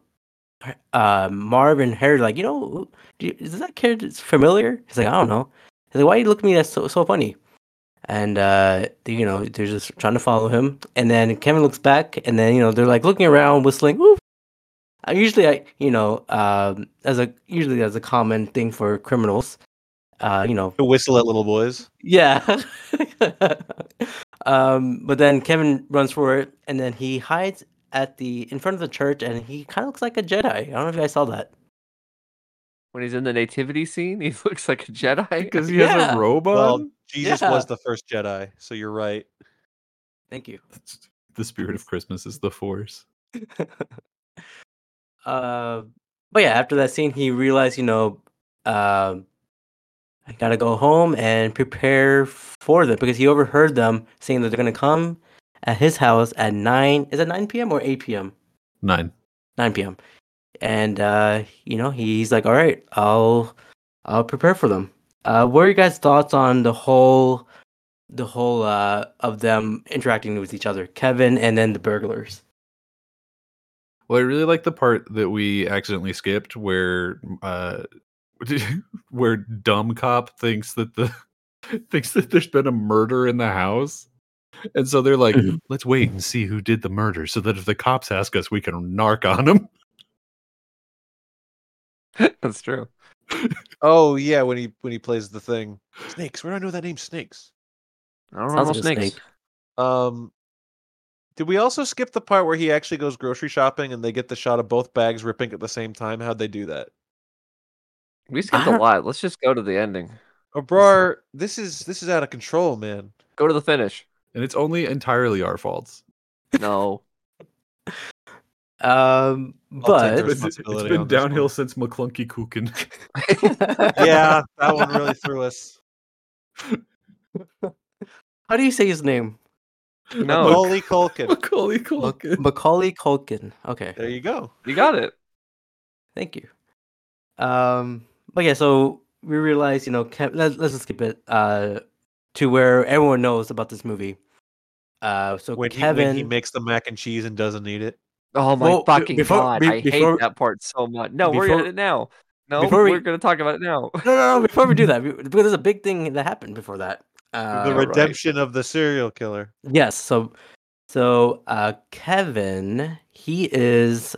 B: Har- Uh, Marv and Harry are like you know who- do you- is that kid familiar? He's like I don't know. He's like why you look at me that's so so funny, and uh, they- you know they're just trying to follow him, and then Kevin looks back, and then you know they're like looking around whistling. Woo! I usually I you know um, as a usually as a common thing for criminals, uh, you know
D: To whistle at little boys.
B: yeah. um, but then Kevin runs for it, and then he hides at the in front of the church, and he kind of looks like a Jedi. I don't know if you guys saw that.
G: When he's in the nativity scene, [LAUGHS] he looks like a Jedi.
F: Because he has
G: [LAUGHS]
B: Yeah.
F: a robe on.
D: Well, Jesus
B: yeah.
D: was the first Jedi, so you're right.
B: Thank you. [LAUGHS]
F: the spirit of Christmas is the force.
B: Uh, but yeah, after that scene, he realized, you know, um, I gotta go home and prepare for them because he overheard them saying that they're gonna come at his house at nine. Is it nine p.m. or eight p.m.?
F: Nine.
B: 9 p.m. And uh, you know, he's like, "All right, I'll I'll prepare for them." Uh, what are your guys' thoughts on the whole the whole uh, of them interacting with each other, Kevin and then the burglars?
F: Well, I really like the part that we accidentally skipped where uh [LAUGHS] where dumb cop thinks that the [LAUGHS] thinks that there's been a murder in the house. And so they're
D: [LAUGHS]
F: like,
B: Mhm.
F: let's wait and see who did the murder so that if the cops ask us, we can narc on them.
G: That's true.
D: Oh yeah, when he when he plays the thing. Snakes. Where do I know that name? Snakes.
G: I don't
B: Sounds
G: know
B: like a
G: snakes.
B: snake.
D: Um, did we also skip the part where he actually goes grocery shopping and they get the shot of both bags ripping at the same time? How'd they do that?
G: We skipped a
B: don't-
G: lot. Let's just go to the ending.
D: Abrar, Oh, this is this is out of control, man.
G: Go to the finish.
F: And it's only entirely our faults.
G: [LAUGHS] No.
B: Um,
D: I'll take
B: but
D: the
F: Uh, It's- it's
D: responsibility
F: been
D: on this one.
F: downhill since McClunky Kukin.
D: [LAUGHS] Yeah, that one really threw us.
B: how do you say his name?
G: No.
D: Holy Culkin.
F: Macaulay
B: Mac-
F: Culkin.
B: Macaulay Culkin. Okay.
D: There you go.
G: You got it.
B: Thank you. Um, but yeah, so we realize, you know, Kev- let, let's just skip it uh, to where everyone knows about this movie. Uh, so
D: When he,
B: Kevin,
D: when he makes the mac and cheese and doesn't eat it.
G: Oh my
B: Well, be-
G: fucking
B: before-
G: god!
B: be-
G: I
B: before-
G: hate that part so much. No, we're
B: before-
G: at it now. No,
B: before
G: we,
B: we-
G: are gonna talk about it now.
B: no, no, no. Before we do that, we- because there's a big thing that happened before that. Uh,
D: the
G: right.
D: redemption of the serial killer.
B: Yes. So, so uh, Kevin, he is,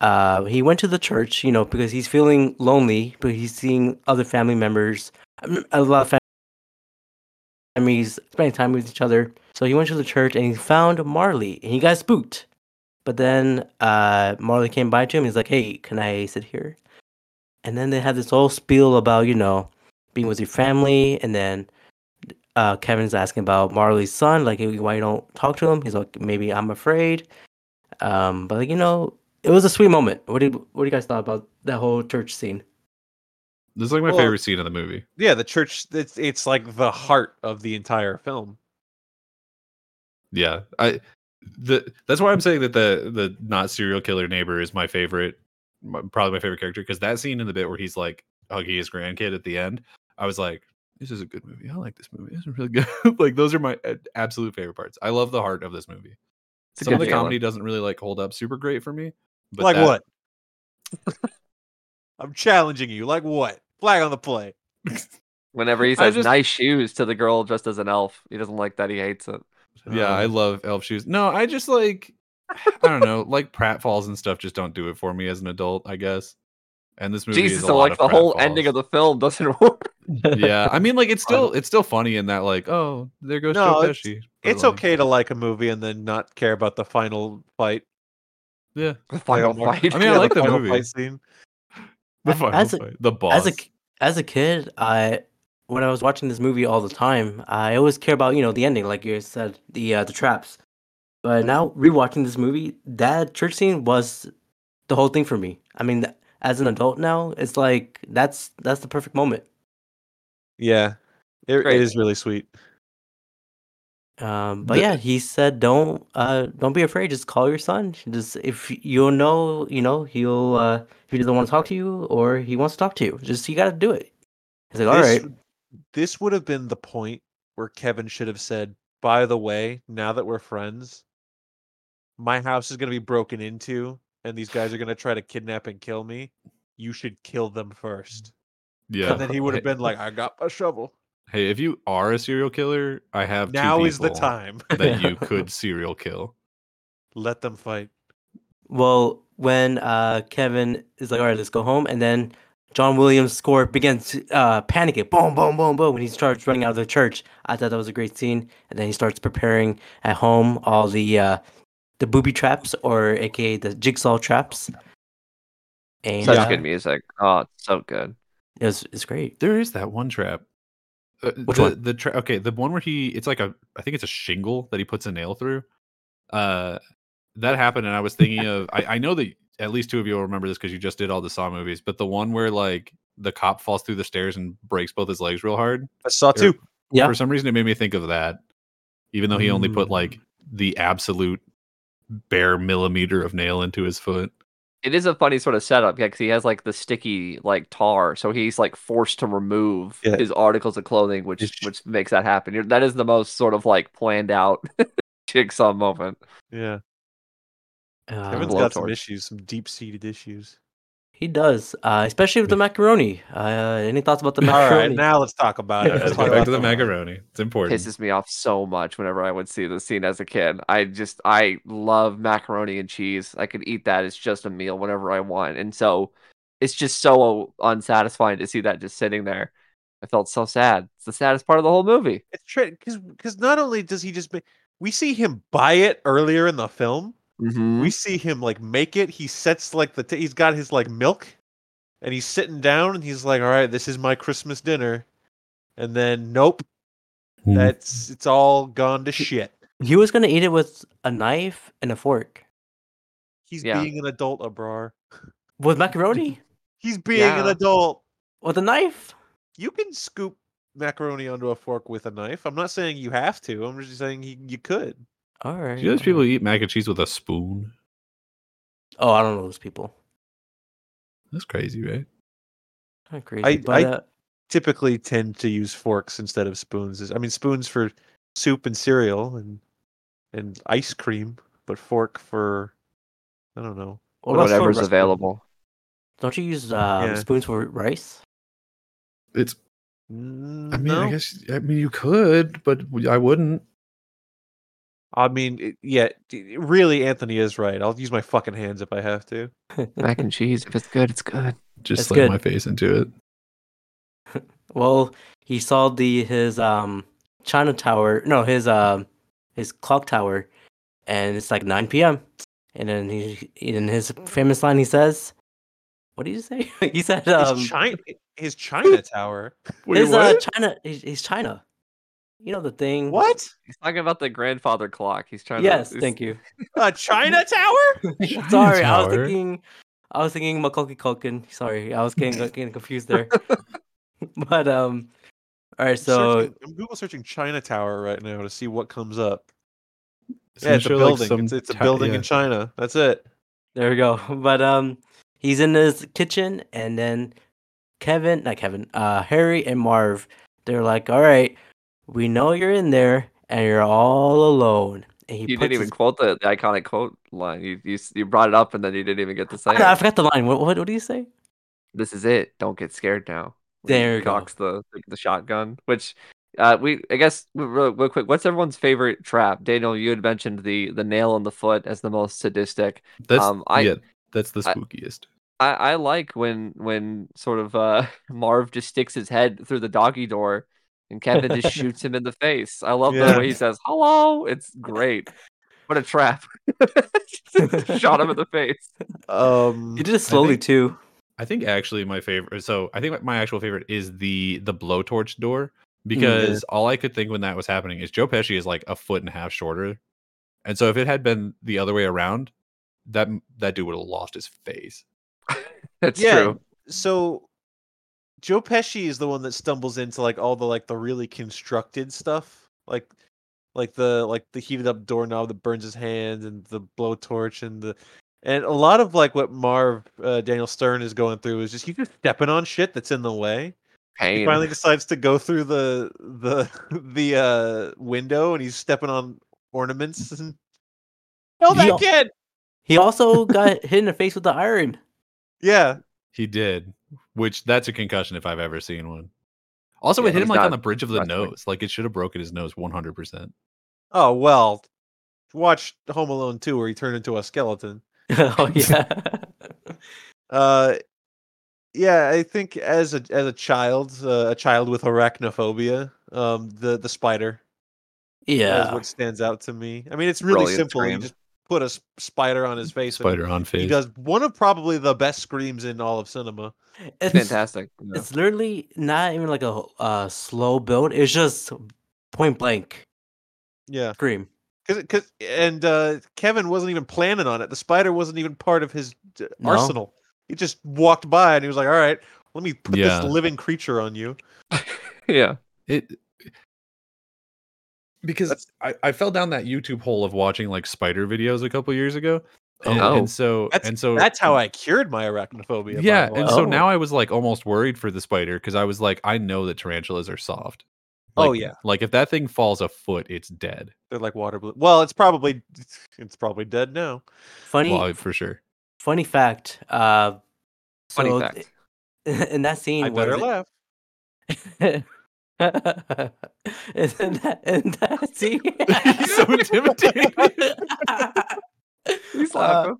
B: uh, he went to the church, you know, because he's feeling lonely, but he's seeing other family members, um, a lot of fam- families spending time with each other. So he went to the church and he found Marley, and he got spooked. But then uh, Marley came by to him. He's like, "Hey, can I sit here?" And then they had this whole spiel about, you know, being with your family, and then uh, Kevin's asking about Marley's son, like "Hey, why you don't talk to him. He's like, maybe I'm afraid. Um, but like you know, it was a sweet moment. What do you, what do you guys thought about that whole church scene?
F: This is like my
D: Well-
F: favorite scene of the movie.
D: Yeah, the church. It's it's like the heart of the entire film.
F: Yeah, I the that's why I'm saying that the the not serial killer neighbor is my favorite, my, probably my favorite character because that scene in the bit where he's like huggy his grandkid at the end, I was like, this is a good movie. I like this movie. This is really good. [LAUGHS] like those are my uh, absolute favorite parts. I love the heart of this movie.
G: It's a
F: Some of
G: good
F: the
G: trailer.
F: comedy doesn't really like hold up super great for me. But
D: like
F: that-
D: what? I'm challenging you. Like what? Flag on the play.
G: [LAUGHS] Whenever he
F: I
G: says
F: just-
G: nice shoes to the girl dressed as an elf, he doesn't like that. He hates it.
F: Yeah, I
G: Uh.
D: Um,
F: love elf shoes. No, I just like I don't know, like pratfalls and stuff just don't do it for me as an adult, I guess. And this movie
G: Jesus,
F: is a
G: so
F: lot
G: like
F: of
G: the whole ending
F: pratfalls.
G: of the film doesn't [LAUGHS] work.
F: yeah, I mean, like
B: [LAUGHS]
F: it's
G: Fun.
F: still it's still funny in that like, oh, there goes
D: No,
F: Joe
D: it's-
F: Pesci. but,
D: It's
F: like, [LAUGHS]
D: okay to like a movie and then not care about the final fight.
F: Yeah,
G: The
D: like,
G: final
D: a more- [LAUGHS]
G: fight.
F: I mean, I
G: [LAUGHS]
D: yeah,
F: like the
D: final
F: movie.
D: fight scene.
F: the
B: A-
F: final
B: as a-
F: fight, the boss.
B: As a ki- as a kid, I when I was watching this movie all the time, I always care about you know the ending, like you said, the uh, the traps. But now rewatching this movie, that church scene was the whole thing for me. I mean, th- as an adult now, it's like that's that's the perfect moment.
D: Yeah, it, it
G: Great.
D: is really sweet.
B: Um, but
F: The-
B: yeah, he said, "Don't, uh, don't be afraid. Just call your son. Just if you'll know, you know, he'll uh, if he doesn't want to talk to you or he wants to talk to you, just you got to do it." He's like, "All
D: this,
B: right,
D: This would have been the point where Kevin should have said, "By the way, now that we're friends, my house is going to be broken into, and these guys are going to try to kidnap and kill me. You should kill them first.
F: yeah,
D: And then he would have
F: Hey-
D: been like, "I got my shovel.
F: [LAUGHS] hey, if you are a serial killer, I have two
D: Now is the
F: people
D: time. [LAUGHS]
B: [LAUGHS]
F: that you could serial kill.
D: Let them fight."
B: Well, when uh, Kevin is like, "All right, let's go home," and then John Williams' score begins uh, panicking, boom, boom, boom, boom, when he starts running out of the church. I thought that was a great scene, and then he starts preparing at home all the uh, the booby traps, or aka the jigsaw traps. And
G: Such
B: uh,
G: good music. Oh, it's so good.
B: It was, it's great.
F: There is that one trap. Uh,
B: Which
F: the,
B: one?
F: The trap. Okay, the one where he it's like a I think it's a shingle that he puts a nail through. Uh, that happened, and I was thinking of I, I know that at least two of you will remember this because you just did all the Saw movies, but the one where like the cop falls through the stairs and breaks both his legs real hard.
D: I saw
F: Or-
D: two.
B: Yeah.
F: For some reason, it made me think of that, even though he only put
B: Mm.
F: like the absolute bare millimeter of nail into his foot.
G: It is a funny sort of setup, yeah, because he has like the sticky like tar, so he's like forced to remove
D: Yeah.
G: his articles of clothing, which
D: It's-
G: which makes that happen. You're- That is the most sort of like planned out [LAUGHS] jigsaw moment.
D: Yeah,
B: Uh,
D: Kevin's got some
G: blowtorch.
D: issues, some deep-seated issues.
B: Um, he does, uh, especially with the macaroni. Uh, any thoughts about the
D: All
B: macaroni?
D: [LAUGHS] right, now let's talk about it.
B: Yeah,
D: Let's
F: Let's
D: talk
F: go
D: about
F: back to the
D: the-
F: macaroni. It's important.
G: Pisses me off so much whenever I would see this scene as a kid. I just I love macaroni and cheese. I could eat that. It's just a meal whenever I want, and so it's just so unsatisfying to see that just sitting there. I felt so sad. It's the saddest part of the whole movie.
D: It's because because not only does he just ma- we see him buy it earlier in the film,
G: Mm-hmm.
D: we see him like make it. He sets like the t- he's got his like milk, and he's sitting down and he's like, "All right, this is my Christmas dinner," and then nope,
B: Mm.
F: Hmm.
D: Mm-hmm. that's it's all gone to shit.
B: he was gonna eat it with a knife and a fork
D: He's
G: Yeah.
D: being an adult, Abrar.
B: with macaroni
D: He's being an
G: Yeah.
D: adult.
B: with a knife.
D: You can scoop macaroni onto a fork with a knife. I'm not saying you have to. I'm just saying you, you could.
B: All right.
F: Do you know
B: all
F: those people
B: right.
F: who eat mac and cheese with a spoon?
B: Oh, I don't know those people.
F: That's crazy, right?
B: Kind of crazy.
D: I-
B: but,
D: I-
B: uh,
D: Typically, tend to use forks instead of spoons. Is- I mean, spoons for soup and cereal and and ice cream, but fork for I don't know.
B: what about
G: whatever's
B: for rice?
G: available.
B: Don't you use um,
D: Yeah.
B: spoons for rice?
F: It's
D: Mm,
F: I mean,
D: no.
F: I guess I mean you could, but w- I wouldn't.
D: I mean, it- yeah, d- really, Anthony is right. I'll use my fucking hands if I have to.
G: Mac and cheese, if it's good, it's good.
F: Just
B: That's
F: slam
B: good.
F: my face into it.
B: Well, he saw the his um China Tower, no, his um his clock tower, and it's like 9 p.m. And then he in his famous line he says, "What did you say?" [LAUGHS] he said, um,
D: his, China,
B: [LAUGHS]
D: his China Tower.
B: "His uh, China, his, his China." You know the thing.
D: What?
G: He's talking about the grandfather clock. He's trying
B: Yes,
G: to. he's-
B: thank you.
D: A China Tower?
B: [LAUGHS] Sorry, I was
F: Tower?
B: thinking, I was thinking Macaulay Culkin. Sorry, I was getting, getting confused there. [LAUGHS] but um, all right, so
D: Searching- I'm Google searching China Tower right now to see what comes up.
F: Isn't
D: yeah, it's a
F: there, like,
D: building.
F: some
D: it's, it's a
F: ta-
D: building
F: yeah.
D: in China. That's it.
B: [LAUGHS] there we go. But um, he's in his kitchen, and then Kevin, not Kevin, uh, Harry and Marv, they're like, all right, we know you're in there and you're all alone. And he
G: you
B: puts
G: didn't even
B: his-
G: quote the, the iconic quote line. You, you s- you brought it up and then you didn't even
B: [LAUGHS]
G: get to say
B: I, know, I
G: it.
B: forgot the line. What, what, what do you say?
G: This is it. Don't get scared now. when he
B: There you go.
G: cocks the the- the shotgun. Which uh, we I guess w- real, real quick. What's everyone's favorite trap? Daniel, you had mentioned the the nail on the foot as the most sadistic.
F: That's
G: Um, I-
F: yeah, that's the
G: I-
F: spookiest.
G: I, I like when when sort of uh [LAUGHS] Marv just sticks his head through the doggy door and Kevin just shoots him in the face. I love the
D: Yeah.
G: way he says hello. It's great. What a trap! [LAUGHS] Shot him in the face.
D: Um,
B: You did it slowly
F: think-
B: too.
F: I think actually my favorite. So I think my actual favorite is the the blowtorch door
G: Mm-hmm.
F: because all I could think when that was happening is Joe Pesci is like a foot and a half shorter, and so if it had been the other way around, that m- that dude would have lost his face.
G: That's
D: Yeah,
G: true.
D: so Joe Pesci is the one that stumbles into like all the like the really constructed stuff, like like the like the heated up doorknob that burns his hand and the blowtorch and the and a lot of like what Marv uh, Daniel Stern is going through is just he's just stepping on shit that's in the way.
G: Pain.
D: He finally [LAUGHS] decides to go through the the [LAUGHS] the uh window and he's stepping on ornaments and Kill that
B: Yeah.
D: kid.
B: He also got hit in the face with the iron. [LAUGHS]
D: Yeah.
F: He did, which that's a concussion if I've ever seen one. Also,
G: Yeah,
F: it hit him
G: he's
F: like on
G: not
F: the bridge of the
G: wrestling.
F: nose. Like it should have broken his nose one hundred percent.
D: Oh well. Watch Home Alone 2 where he turned into a skeleton.
B: oh
G: [LAUGHS]
B: yeah.
D: Uh, yeah, I think as a as a child, uh, a child with arachnophobia, um, the the spider
B: [LAUGHS]
D: is
B: yeah.
D: what stands out to me. I mean, it's really
G: Brilliant
D: simple. You
G: scream.
D: just put a s- spider on his face. and
F: Spider on
D: He
F: face.
D: does one of probably the best screams in all of cinema.
B: It's
G: Fantastic. Yeah.
B: It's literally not even like a uh, slow build. It's just point blank
D: Yeah,
B: scream.
D: cause, 'cause- and uh, Kevin wasn't even planning on it. The spider wasn't even part of his d-
B: No.
D: arsenal. He just walked by and he was like, "All right, let me put
F: Yeah.
D: this living creature on you."
G: [LAUGHS] yeah.
F: it because
D: That's-
F: I, I fell down that YouTube hole of watching like spider videos a couple years ago. And,
G: Oh.
F: and so
D: That's-
F: and so
D: That's how I cured my arachnophobia. by
F: yeah,
D: the way.
F: and so
G: Oh.
F: now I was like almost worried for the spider because I was like, I know that tarantulas are soft.
D: Oh,
F: Like-
D: yeah.
F: like if that thing falls a foot, it's dead.
D: They're like water blue. Well, it's probably it's probably dead now.
B: Funny,
F: Well, for
G: [LAUGHS]
F: sure.
B: funny fact. Uh,
G: Funny
B: so
G: fact.
B: th- [LAUGHS] In that scene,
D: I
B: where
D: better
B: they- in
D: laugh.
B: that, [LAUGHS] in that scene,
F: He's so
B: [LAUGHS]
F: intimidating.
G: He's
B: Uh,
G: laughing.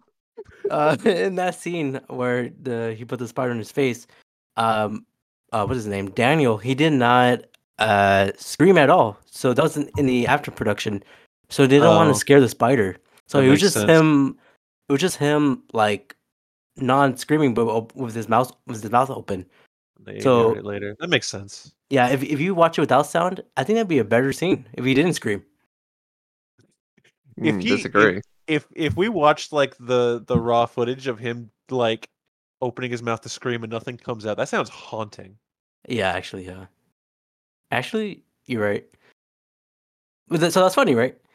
B: uh, [LAUGHS] in that scene where the he put the spider on his face, um, uh, what's his name? Daniel. He did not uh scream at all. So that was in, in the after production. So they didn't want
D: Oh.
B: to scare the spider. So
D: That
B: it was just
D: makes sense.
B: him. It was just him like non-screaming, but op- with his mouth with his mouth open.
D: They
B: So-
D: ignore it later. That makes sense.
B: Yeah, if if you watch it without sound, I think that'd be a better scene if he didn't scream.
D: if
G: Mm,
D: he- if-
G: disagree.
D: If if we watched like the the raw footage of him like opening his mouth to scream and nothing comes out, that sounds haunting.
B: Yeah, actually, yeah. Actually, you're right. But that- So that's funny, right? [LAUGHS]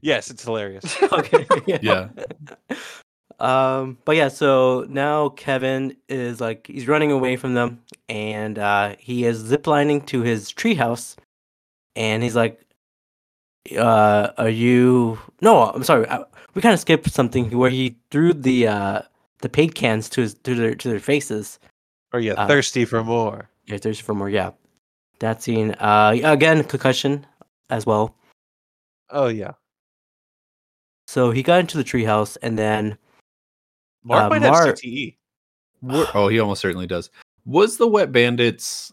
D: Yes, it's hilarious.
B: Okay. [LAUGHS]
F: Yeah.
B: Um, but yeah, so now Kevin is like he's running away from them, and uh, he is ziplining to his treehouse, and he's like, uh, "Are you? No, I'm sorry. I, we kind of skipped something where he threw the uh, the paint cans to his to their to their faces,
D: Are you
B: Uh,
D: thirsty for more?
B: Yeah, there's for more. Yeah, that scene. Uh, yeah, again, concussion as well.
D: Oh yeah.
B: So he got into the treehouse, and then
D: Mark
B: Uh,
D: might
B: Mark-
D: have E. CTE.
F: Were- oh, he almost certainly does. Was the wet bandits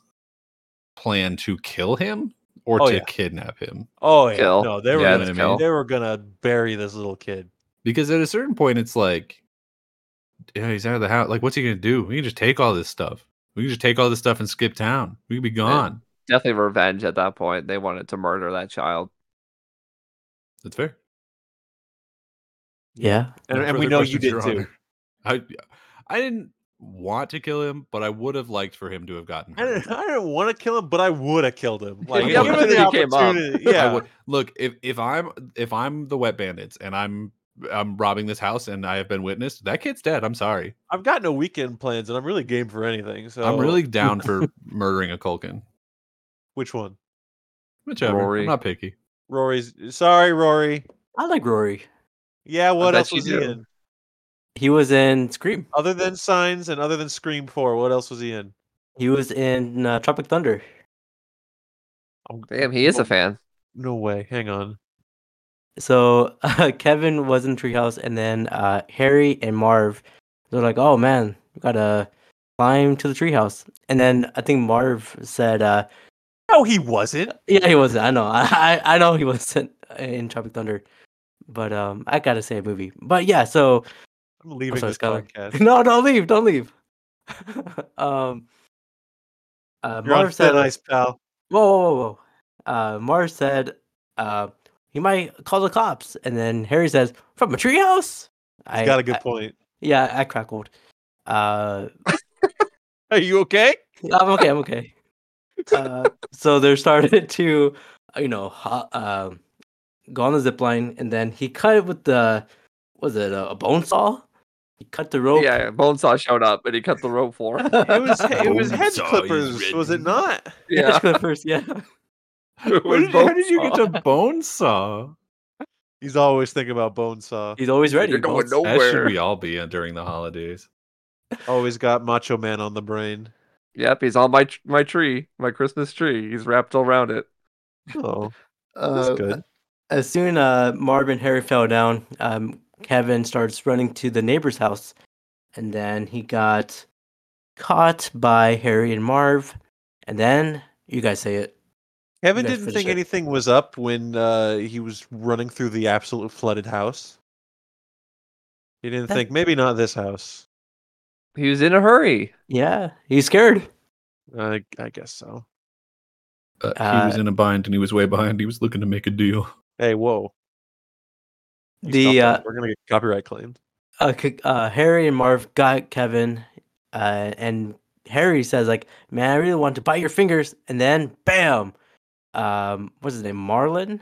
F: plan to kill him or
D: Oh,
F: to
D: yeah.
F: kidnap him?
D: Oh yeah.
G: Kill.
D: No, they
F: Yeah,
D: were
F: that's
D: gonna,
F: kill.
D: they were gonna bury this little kid.
F: Because at a certain point, it's like, yeah, he's out of the house. Like, what's he gonna do? We can just take all this stuff. We can just take all this stuff and skip town. We can
D: Eh,
F: be gone.
G: Definitely revenge at that point. They wanted to murder that child.
F: That's fair.
B: yeah,
D: And,
F: No
D: and we
F: further
D: know you
F: questions,
D: did
F: Your
D: too.
F: Honor. [LAUGHS] I, I didn't want to kill him, but I would have liked for him to have gotten.
D: I
F: Hurt.
D: didn't, [LAUGHS] I didn't want to kill him, but I would have killed him. Like,
F: the
D: given the
G: opportunity came up.
D: opportunity-
F: I
D: Yeah.
F: would- look if if I'm if I'm the wet bandits and I'm I'm robbing this house and I have been witnessed. That kid's dead. I'm sorry.
D: I've got no weekend plans, and I'm really game for anything. So
F: I'm
D: [LAUGHS]
F: really down for murdering a Culkin.
D: which one?
F: Whichever.
G: Rory.
F: I'm not picky.
D: Rory's. uh, Sorry, Rory.
B: I like Rory.
D: Yeah, what
G: bet
D: else
G: you
D: was he
G: do.
D: in?
B: He was in Scream.
D: Other than Signs and other than Scream Four, what else was he in?
B: He was in uh, Tropic Thunder.
D: I'm-
G: Damn, he is
D: Oh,
G: a fan.
D: No way. Hang on.
B: So [LAUGHS] Kevin was in Treehouse, and then uh, Harry and Marv, they're like, "Oh man, we gotta climb to the Treehouse." And then I think Marv said, uh,
D: No, he wasn't.
B: "Yeah, he wasn't. I know. [LAUGHS] I I I know he wasn't [LAUGHS] in Tropic Thunder, but um, I gotta say a movie. But yeah, so [LAUGHS]
D: I'm leaving
B: sorry,
D: this
B: Skylar. [LAUGHS]
D: podcast.
B: no, don't leave, don't leave. [LAUGHS] um, uh,
D: You're on
B: Marv said,
D: thin ice, pal.
B: whoa, whoa, whoa, whoa. Uh, Mars said, uh, he might call the cops. And then Harry says, from a treehouse?
D: He's
B: I
D: got a good
B: I-
D: point.
B: Yeah, I crackled. Uh,
D: Are you okay?
B: I'm okay, I'm okay. Uh, so they started [LAUGHS] to, uh, you know, ho- um go on the zip line. And then he cut it with the, was it a, a bone saw? He cut the rope. [LAUGHS]
G: Yeah, Bonesaw showed up and he cut the rope for him.
D: It was [LAUGHS] it was head
F: Bonesaw is
D: clippers, was it
F: written.
D: not?
B: [LAUGHS]
G: Yeah.
B: Clippers, yeah.
G: it
F: Where
G: was
F: did, how did you get
G: Bonesaw.
F: to bone saw?
D: He's always thinking about Bonesaw.
B: He's always ready.
G: You're going
B: bones.
F: That should
G: nowhere.
F: we all be in during the holidays.
D: Always got Macho Man on the brain.
G: Yep, he's on my tr- my tree, my Christmas tree. He's wrapped all around it.
D: Oh, that's
B: Uh,
F: [LAUGHS]
D: good.
B: As soon uh, Marv and Harry fell down, um, Kevin starts running to the neighbor's house, and then he got caught by Harry and Marv, and then you guys say it.
D: Kevin
B: guys
D: didn't
B: finish
D: think
B: it.
D: anything was up when uh, he was running through the absolute flooded house. He didn't
B: That-
D: think maybe not this house.
G: He was in a hurry.
B: Yeah, he's scared.
D: I I guess so.
F: Uh, he
B: Uh,
F: was in a bind and he was way behind. He was looking to make a deal.
D: Hey, whoa! you
B: The
D: stopped
B: uh,
D: that. we're gonna get copyright claimed.
B: uh, c- uh, Harry and Marv got Kevin, uh, and Harry says like, "Man, I really want to bite your fingers," and then bam, um, what's his name, Marlin,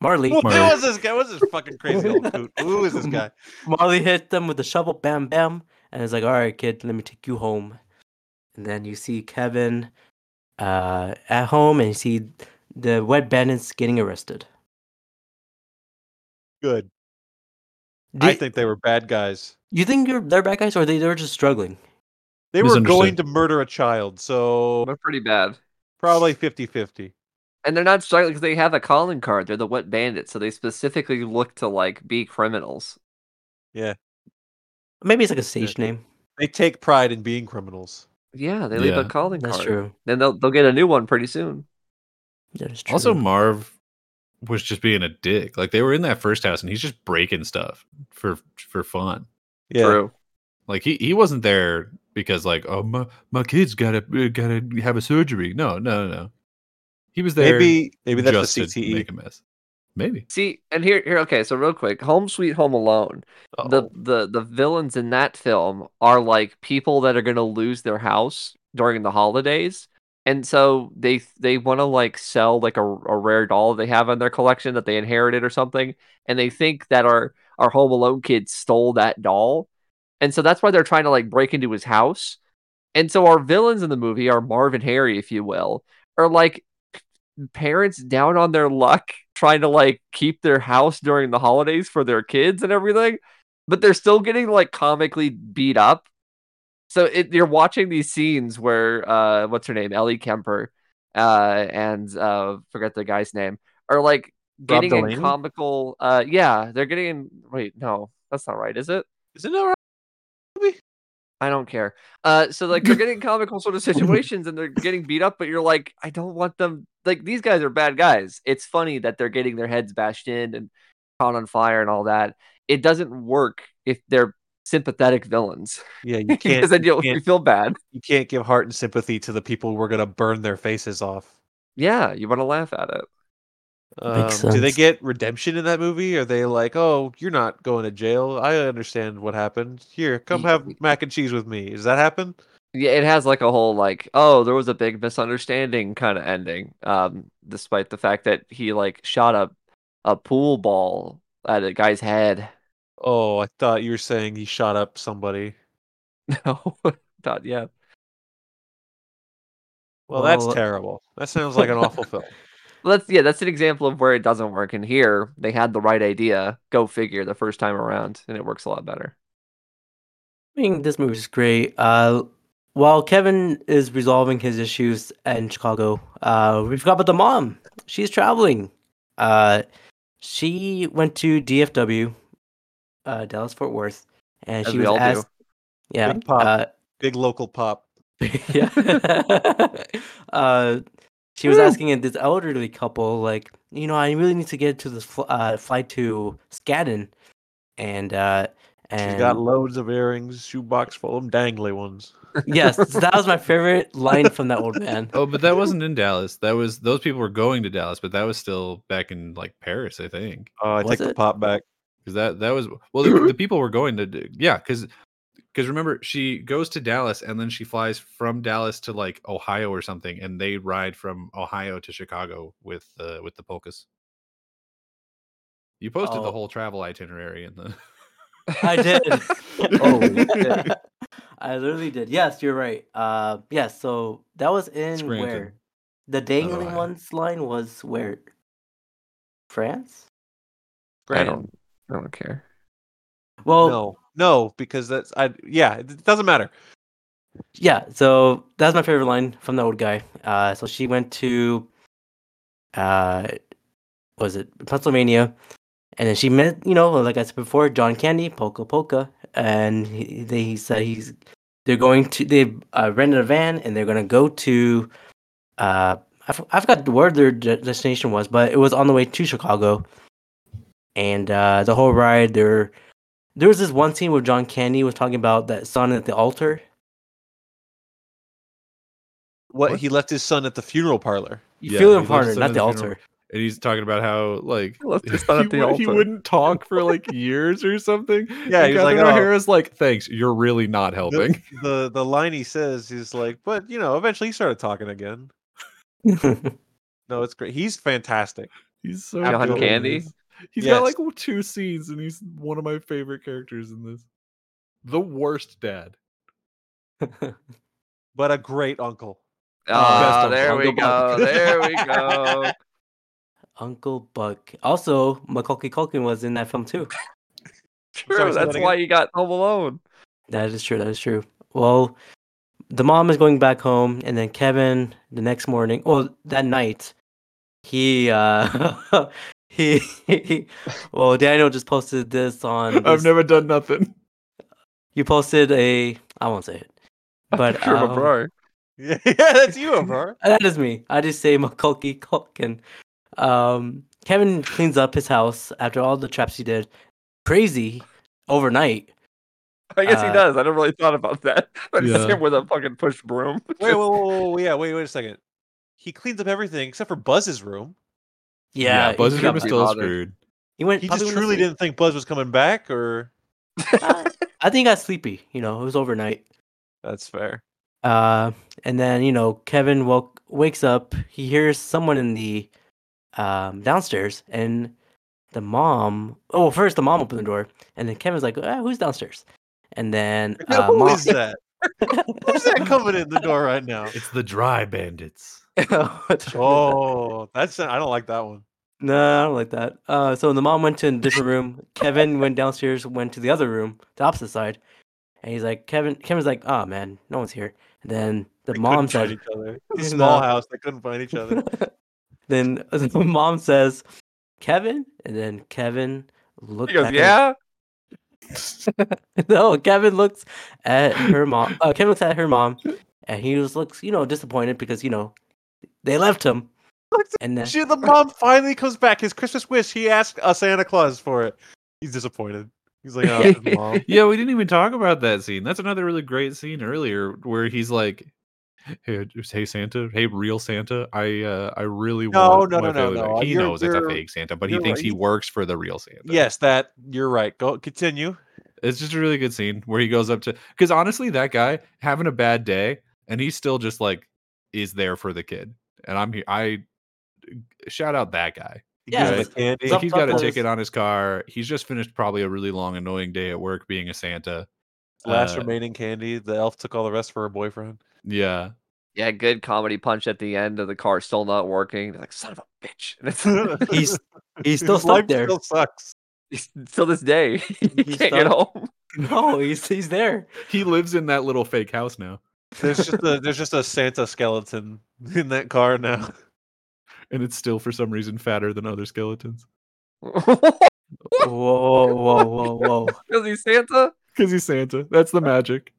B: Marley.
D: Who
F: Marley.
D: was this guy? What's this fucking crazy old coot? Who is this guy?
B: Marley hit them with the shovel, bam, bam, and it's like, all right, kid, let me take you home. And then you see Kevin uh, at home, and you see the wet bandits getting arrested.
D: Good. I
B: Do-
D: think they were bad guys.
B: you think you're, they're bad guys, or they they're just struggling?
D: They were going
F: Misunderstood.
D: to murder a child, so
G: They're pretty bad.
D: probably 50-50.
G: And they're not struggling because they have a calling card. They're the wet bandits, so they specifically look to like be criminals.
B: Maybe it's like a stage name.
D: They take pride in being criminals.
G: Yeah, they leave a
F: Yeah,
G: calling
B: That's
G: card.
B: true.
G: Then they'll they'll get a new one pretty soon.
B: That is true.
F: [LAUGHS] Also, Marv was just being a dick. Like they were in that first house and he's just breaking stuff for for fun.
D: Yeah.
G: True.
F: Like he, he wasn't there because like oh my my kid's gotta uh, gotta have a surgery. No no no. no. He was there.
D: Maybe maybe that's
F: just
D: the E CTE.
F: to Make a mess. Maybe.
G: See, and here here okay, so real quick, Home Sweet Home Alone. The
D: Oh.
G: the the villains in that film are like people that are going to lose their house during the holidays. And so they they want to like sell like a, a rare doll they have in their collection that they inherited or something, and they think that our our Home Alone kid stole that doll. And so that's why they're trying to like break into his house. And so our villains in the movie are Marv and Harry, if you will, are like parents down on their luck trying to like keep their house during the holidays for their kids and everything, but they're still getting like comically beat up. So it, you're watching these scenes where uh what's her name? Ellie Kemper uh and uh forget the guy's name are like
D: Rob
G: getting
D: Delaney?
G: in comical uh yeah, they're getting in wait, no, that's not right, is it?
D: Isn't that right? Maybe?
G: I don't care. Uh,
D: [LAUGHS]
G: so like they're getting comical sort of situations and they're getting beat up, but you're like, I don't want them. Like these guys are bad guys. It's funny that they're getting their heads bashed in and caught on fire and all that. It doesn't work if they're sympathetic villains
D: Yeah,
G: [LAUGHS]
D: you
G: because
D: can't
G: then
D: you
G: you'll, you
D: can't
G: feel bad.
D: you can't give heart and sympathy to the people we're gonna burn their faces off.
G: Yeah, you want to laugh at it.
D: Um,
B: Makes
D: do they
B: sense.
D: get redemption in that movie? Are they like, oh, you're not going to jail? I understand what happened. Here, come
G: Ye-
D: have mac and cheese with me. Does that happen?
G: Yeah, it has like a whole like, oh, there was a big misunderstanding kind of ending. Um, despite the fact that he like shot a a pool ball at a guy's head. [LAUGHS]
D: Oh, I thought you were saying he shot up somebody.
G: No, [LAUGHS] not yet.
D: Well, that's
G: Well,
D: terrible. That sounds like an awful film.
G: Well, that's yeah, that's an example of where it doesn't work. And here they had the right idea. Go figure the first time around, and it works a lot better.
B: I think this movie is great. Uh, while Kevin is resolving his issues in Chicago, uh, we forgot about the mom. She's traveling. Uh, she went to DFW, uh, Dallas Fort Worth, and
G: As
B: she
G: we
B: was
G: all do.
B: asked. Yeah,
D: Big pop.
B: uh, [LAUGHS]
D: Big local pop.
B: yeah. [LAUGHS] uh, she was asking this elderly couple, like, you know, I really need to get to this fl- uh, flight to Skadden, and uh, and
D: She's got loads of earrings, shoebox full of 'em, dangly ones.
B: yes, that was my favorite line from that old man.
F: Oh, but that wasn't in Dallas. That was those people were going to Dallas, but that was still back in like Paris, I think.
D: Oh, I
B: Was
D: take the
B: it?
D: pop back.
F: Because that that was well, the, the people were going to do, yeah, because because remember she goes to Dallas and then she flies from Dallas to like Ohio or something, and they ride from Ohio to Chicago with uh, with the polkas. You posted
B: Oh.
F: the whole travel itinerary in the. [LAUGHS]
B: I did.
G: Holy shit.
B: I literally did. Yes, you're right. Uh, yes. So that was in
F: Scranton.
B: where the dangling
F: Ohio.
B: ones line was where France.
G: I
D: Grand.
G: don't, I don't care.
B: Well,
D: No, no, because that's I. Yeah, it it doesn't matter.
B: yeah. So that's my favorite line from that old guy. Uh, so she went to, uh, was it Pennsylvania, and then she met, you know, like I said before, John Candy, Polka Polka, and he, they he said he's they're going to they uh, rented a van and they're going to go to, uh, I, f- I forgot where their de- destination was, but it was on the way to Chicago, and uh, the whole ride they're. There was this one scene where John Candy was talking about that son at the altar,
D: What,
F: What?
D: he left his son at the funeral parlor.
B: You
F: Yeah,
B: feel
F: he
B: him
F: left
B: harder,
F: his son
B: not
F: at
B: the
F: the funeral.
B: altar.
F: and he's talking about how like [LAUGHS]
G: Left his son at the
F: wou- he
G: altar.
F: wouldn't talk for
G: [LAUGHS]
F: like years or something.
D: Yeah,
F: and
D: he was like,
F: Catherine
D: "Oh."
F: O'Hara's like, thanks, you're really not helping.
D: The, the the line he says is like, but you know, eventually he started talking again. No, it's great. He's fantastic.
F: He's so
D: John
F: good in
G: Candy?
F: this. He's
D: Yes.
F: got like w- two scenes, and he's one of my favorite characters in this. The worst dad.
D: but a great uncle. [LAUGHS]
F: Best
G: Ah,
F: of
G: there we
F: Jungle Book.
G: go. There we go.
B: [LAUGHS] Uncle Buck. Also, Macaulay Culkin was in that film too.
D: sorry,
G: True.
D: say that
G: That's why you got Home Alone.
B: That is true. That is true. Well, the mom is going back home, and then Kevin the next morning, or that night, he uh [LAUGHS] he, [LAUGHS] well Daniel just posted this on.
F: I've
B: this-
F: never done
D: [LAUGHS]
F: nothing.
B: You posted a. I won't say
F: [LAUGHS]
B: it, but
G: True,
B: um,
G: bro.
D: Yeah, that's you, [LAUGHS] Amar.
B: Uh, That is me. I just say Macaulay Culkin. Um, Kevin cleans up his house after all the traps he did. Crazy overnight.
G: I guess he
B: uh,
G: does. I never really thought about that. [LAUGHS] But it's
F: Yeah.
G: him with a fucking push broom.
D: Wait, whoa, whoa, whoa, whoa, yeah, wait, wait a second. He cleans up everything except for Buzz's room.
B: Yeah,
F: Buzz's
B: he,
F: room
B: got
F: is
B: back-
F: still
G: bothered.
F: screwed.
B: he went.
D: He
B: probably went
D: just
B: to
D: truly
B: sleep.
D: didn't think Buzz was coming back, or
B: I think I got sleepy. You know, it was overnight.
D: that's [LAUGHS] fair.
B: Uh, and then you know, Kevin woke wakes up. He hears someone in the um, downstairs, and the mom. Oh, well, first the mom opened the door, and then Kevin's like, ah, "Who's downstairs?" And then uh,
D: [LAUGHS] Who
B: mom. [LAUGHS]
D: is that? [LAUGHS] Who's that coming in the door right now?
F: It's the dry bandits.
D: Oh, that's I don't like that one.
B: No, I don't like that. Uh, so the mom went to a different
D: [LAUGHS]
B: room. Kevin went downstairs, went to the other room, the opposite side, and he's like, Kevin. Kevin's like, oh man, no one's here. And then the
D: They couldn't
B: mom
D: find
B: said,
D: each other. It's a
B: No.
D: small house. They couldn't find each [LAUGHS] other.
B: [LAUGHS] then the mom says, Kevin, and then Kevin looked.
G: He goes,
B: back
G: yeah.
B: At, [LAUGHS] no, Kevin looks at her mom. Uh, Kevin looks at her mom, and he just looks, you know, disappointed because you know they left
D: [LAUGHS]
B: him.
D: Looks
B: And then
D: She, the mom finally comes back. His Christmas wish. He asked a Santa Claus for it. He's disappointed. He's like, oh, mom.
F: [LAUGHS] yeah, we didn't even talk about that scene. That's another really great scene earlier where he's like, "Hey, just- hey Santa, hey real Santa, I uh, I really
D: No,
F: want
D: no,
F: my
D: no, no,
F: family back."
D: no,
F: He
D: you're-
F: knows it's a
D: you're-
F: fake Santa, but he
D: you're
F: thinks he
D: right.
F: works for the real Santa.
D: [LAUGHS] Yes, that you're right. Go continue.
F: it's just a really good scene where he goes up to because honestly, that guy having a bad day and he's still just like is there for the kid, and I'm here. I shout out that guy.
D: He
B: Yeah,
D: gives
F: it's-
D: him a candy.
F: Like,
B: Some
F: he's got a
B: fuckers-
F: ticket on his car. He's just finished probably a really long, annoying day at work being a Santa.
D: last
F: uh,
D: remaining candy. The elf took all the rest for her [LAUGHS] boyfriend.
F: Yeah.
G: [LAUGHS] Yeah, good comedy punch at the end of the car still not working. They're like, son of a bitch. [LAUGHS] And it's
D: [LAUGHS]
B: He's he's still
D: His
B: stuck
D: life
B: there.
D: Still sucks.
G: he's- till this day. [LAUGHS] he
B: He's
G: can't get
B: stuck.
G: home.
B: [LAUGHS]
G: [LAUGHS]
B: No, he's he's there.
F: He lives in that little fake house now.
D: There's just a there's just a Santa skeleton [LAUGHS] in that car now.
F: And it's still for some reason fatter than other skeletons.
B: Whoa, whoa, whoa, whoa, whoa.
G: Is he Santa?
F: Because he's Santa. That's the magic.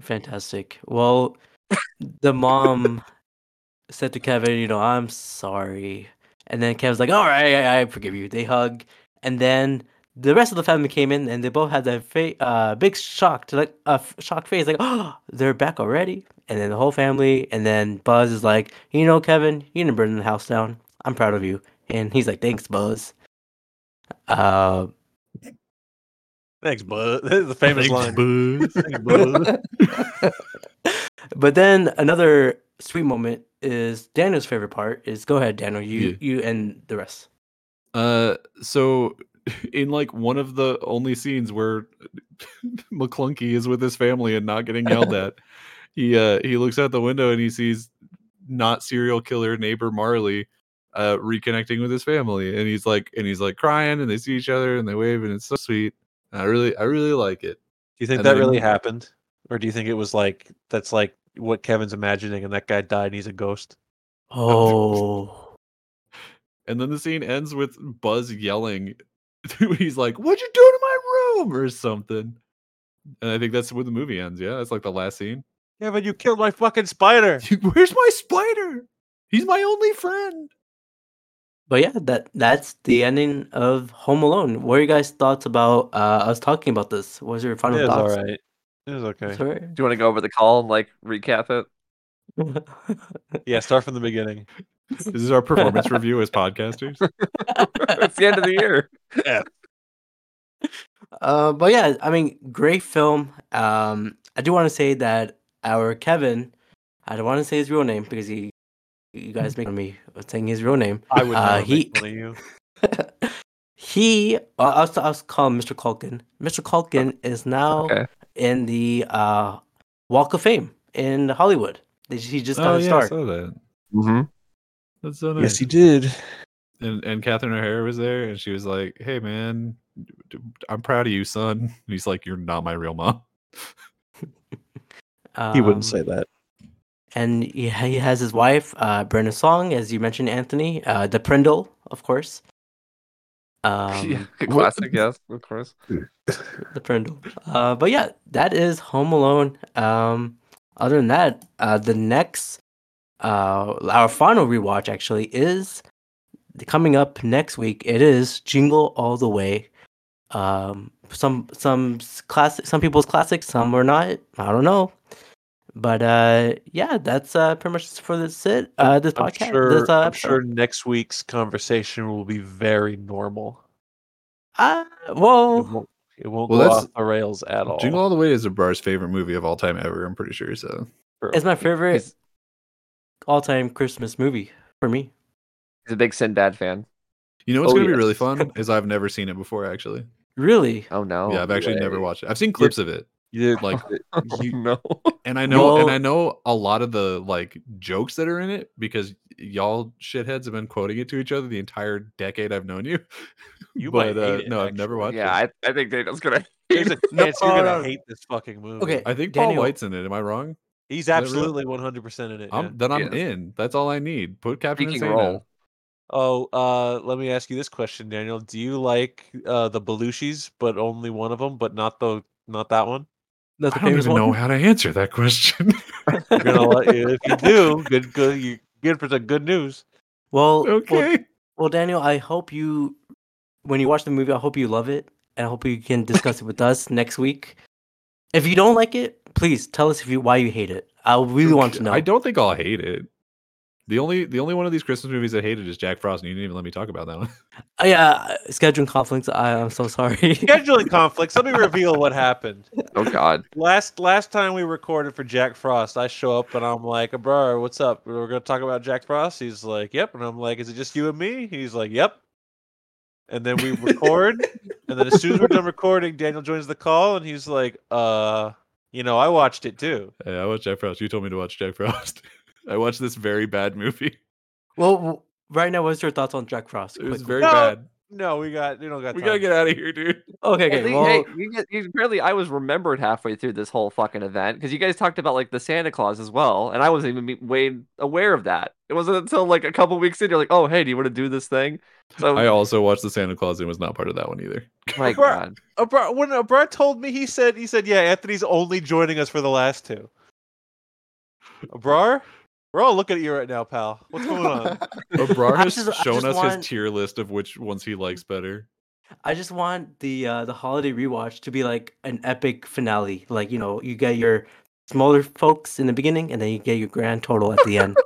B: Fantastic. Well, the mom said to Kevin, you know, I'm sorry. And then Kevin's like, all right, I, I forgive you. They hug. And then the rest of the family came in and they both had that fa- uh, big shock to like a f- shock face, like, oh, they're back already. And then the whole family. And then Buzz is like, you know, Kevin, you didn't burn the house down. I'm proud of you. And he's like, thanks, Buzz. Uh,
D: [LAUGHS] Thanks, bud. [LAUGHS] the famous line. [LAUGHS] Thanks, bud.
B: but then another sweet moment is Daniel's favorite part is go ahead, Daniel, you
F: Yeah.
B: you and the rest.
F: Uh, so [LAUGHS] in like one of the only scenes where [LAUGHS] McClunky is with his family and not getting yelled at, he uh he looks out the window and he sees not serial killer neighbor Marley uh reconnecting with his family and he's like and he's like crying and they see each other and they wave and it's so sweet. I really I really like
D: Do
F: it.
D: you think
F: And
D: that
F: then-
D: really happened, or do you think it was like that's like what Kevin's imagining, and that guy died and he's a ghost?
B: Oh.
F: And then the scene ends with Buzz yelling. [LAUGHS] He's like, "What'd you do to my room?" or something. And I think that's where the movie ends. Yeah, that's like the last scene.
D: Kevin, you killed my fucking spider.
F: [LAUGHS] You- Where's my spider? He's my only friend.
B: But yeah, that that's the ending of Home Alone. What are you guys' thoughts about uh, us talking about this? What was your
D: It
B: final
D: was all
B: thoughts?
D: right. It was okay.
B: It's all right.
G: Do you want to go over the call and like recap [LAUGHS] it?
D: Yeah, start from the beginning.
F: This is our performance review as podcasters.
G: It's the end of the [LAUGHS] year.
B: [LAUGHS] Uh, but yeah, I mean, great film. Um, I do want to say that our Kevin, I don't want to say his real name because he, you guys make fun of me saying his real name.
D: I would
B: Uh,
D: uh,
B: he-
D: make fun of you.
B: he, uh, I'll, I'll just call him Mr. Culkin. Mr. Culkin is now
G: Okay.
B: in the uh, Walk of Fame in Hollywood. They- He just got
F: oh
B: his
F: yeah, I
B: start.
F: saw that.
G: Mm-hmm.
F: That's so nice.
D: Yes, he did.
F: and and Catherine O'Hara was there, and she was like, "Hey man, d- I'm proud of you, son." [LAUGHS] And he's like, "You're not my real mom."
D: He wouldn't
B: Um,
D: say that.
B: and he, ha- he has his wife, uh, Brenda Song, as you mentioned, Anthony, uh, the Prindle, of
D: [LAUGHS]
B: course. Um,
G: [LAUGHS] yeah, classic, yes, of course.
B: the Prindle. Uh, but yeah, that is Home Alone. Um, other than that, uh, the next, uh, our final rewatch actually is coming up next week. It is Jingle All the Way. Um, some some s- classic, some people's classics, some were not. I don't know. But uh, yeah, that's uh, pretty much for this it. Uh, this
D: I'm
B: podcast.
D: sure,
B: this, uh,
D: I'm
B: episode.
D: sure next week's conversation will be very normal.
B: Uh,
D: It
B: well,
D: won't, it won't
F: Well,
D: go
F: that's-
D: off the rails at all.
F: Jingle All the Way is Zabar's favorite movie of all time ever. I'm pretty sure. So
B: it's my favorite
G: He's,
B: all-time Christmas movie for me.
G: he's a big Sinbad fan.
F: you know what's
G: Oh,
F: gonna be
G: yes.
F: really fun is I've never seen it before. Actually,
B: Really.
G: Oh no.
F: yeah, I've actually never watched it. I've seen clips of it.
D: You-
F: Like
G: [LAUGHS] Oh,
F: you-
G: no.
F: and I know and
B: Well-
F: I know a lot of the like jokes that are in it because y'all shitheads have been quoting it to each other the entire decade I've known you. [LAUGHS]
D: You might
F: but uh,
D: hate it,
F: no, I've never
D: actually. [LAUGHS]
F: watched
G: yeah,
F: it.
G: I, I think Daniel's [LAUGHS] gonna.
F: [LAUGHS]
D: there's a
B: No,
D: chance you're
B: no,
D: gonna
B: no.
D: hate this fucking movie.
B: Okay.
F: I, think Paul
B: Daniel-
F: White's in it. Am I wrong?
D: He's
F: that real?
D: absolutely 100% in it. yeah.
F: I'm, then I'm
G: Yes.
F: in. That's all I need. Put Captain
G: Speaking
F: Insano.
G: role.
D: Oh, uh, let me ask you this question, Daniel. Do you like uh, the Belushis, but only one of them, but not the not that one?
B: That's
F: I
B: the
F: don't
B: famous
F: even
B: one.
F: know how to answer that question. [LAUGHS]
D: You're
B: [LAUGHS]
D: gonna like if you do, good, good, you good for the good news.
B: Well, well,
F: okay.
B: well, Daniel, I hope you, when you watch the movie, I hope you love it, and I hope you can discuss it with [LAUGHS] us next week. If you don't like it, please tell us if you why you hate it. I really want to know.
F: I don't think I'll hate it. The only the only one of these Christmas movies I hated is Jack Frost, and you didn't even let me talk about that one. [LAUGHS]
B: Oh, yeah, scheduling conflicts. I, I'm so sorry. [LAUGHS]
D: Scheduling conflicts. Let me reveal what happened.
G: Oh God.
D: Last last time we recorded for Jack Frost, I show up and I'm like, "Bro, what's up? We're gonna talk about Jack Frost." He's like, "Yep," and I'm like, "Is it just you and me?" He's like, "Yep." And then we record, and then as soon as we're done recording, Daniel joins the call, and he's like, "Uh, you know, I watched it too."
F: Hey, I watched Jack Frost. You told me to watch Jack Frost. [LAUGHS] I watched this very bad movie.
B: well, w- right now, what's your thoughts on Jack Frost?
F: It was
B: Quick-
F: very
D: No,
F: bad.
D: No, we got we don't got.
F: We
D: time.
F: gotta get out of here, dude.
B: [LAUGHS] okay.
G: At
B: okay
G: least-
B: well,
G: hey, you get, you, apparently I was remembered halfway through this whole fucking event because you guys talked about like the Santa Claus as well, and I wasn't even be- way aware of that. It wasn't until like a couple weeks in, you're like, "Oh, hey, do you want to do this thing?" So,
F: I also watched the Santa Claus and was not part of that
B: [LAUGHS]
F: one either.
G: my
D: Bro.
G: God,
D: Abra- when Abra told me, he said, he said, yeah, Anthony's only joining us for the last two. Abrar, we're all looking at you right now, pal. What's going
F: Uh,
D: on?
F: Abrar
B: I
F: has
B: just- I
F: shown
B: just
F: us
B: want-
F: his tier list of which ones he likes better.
B: I just want the uh, the holiday rewatch to be like an epic finale. Like you know, you get your smaller folks in the beginning, and then you get your grand total at the end.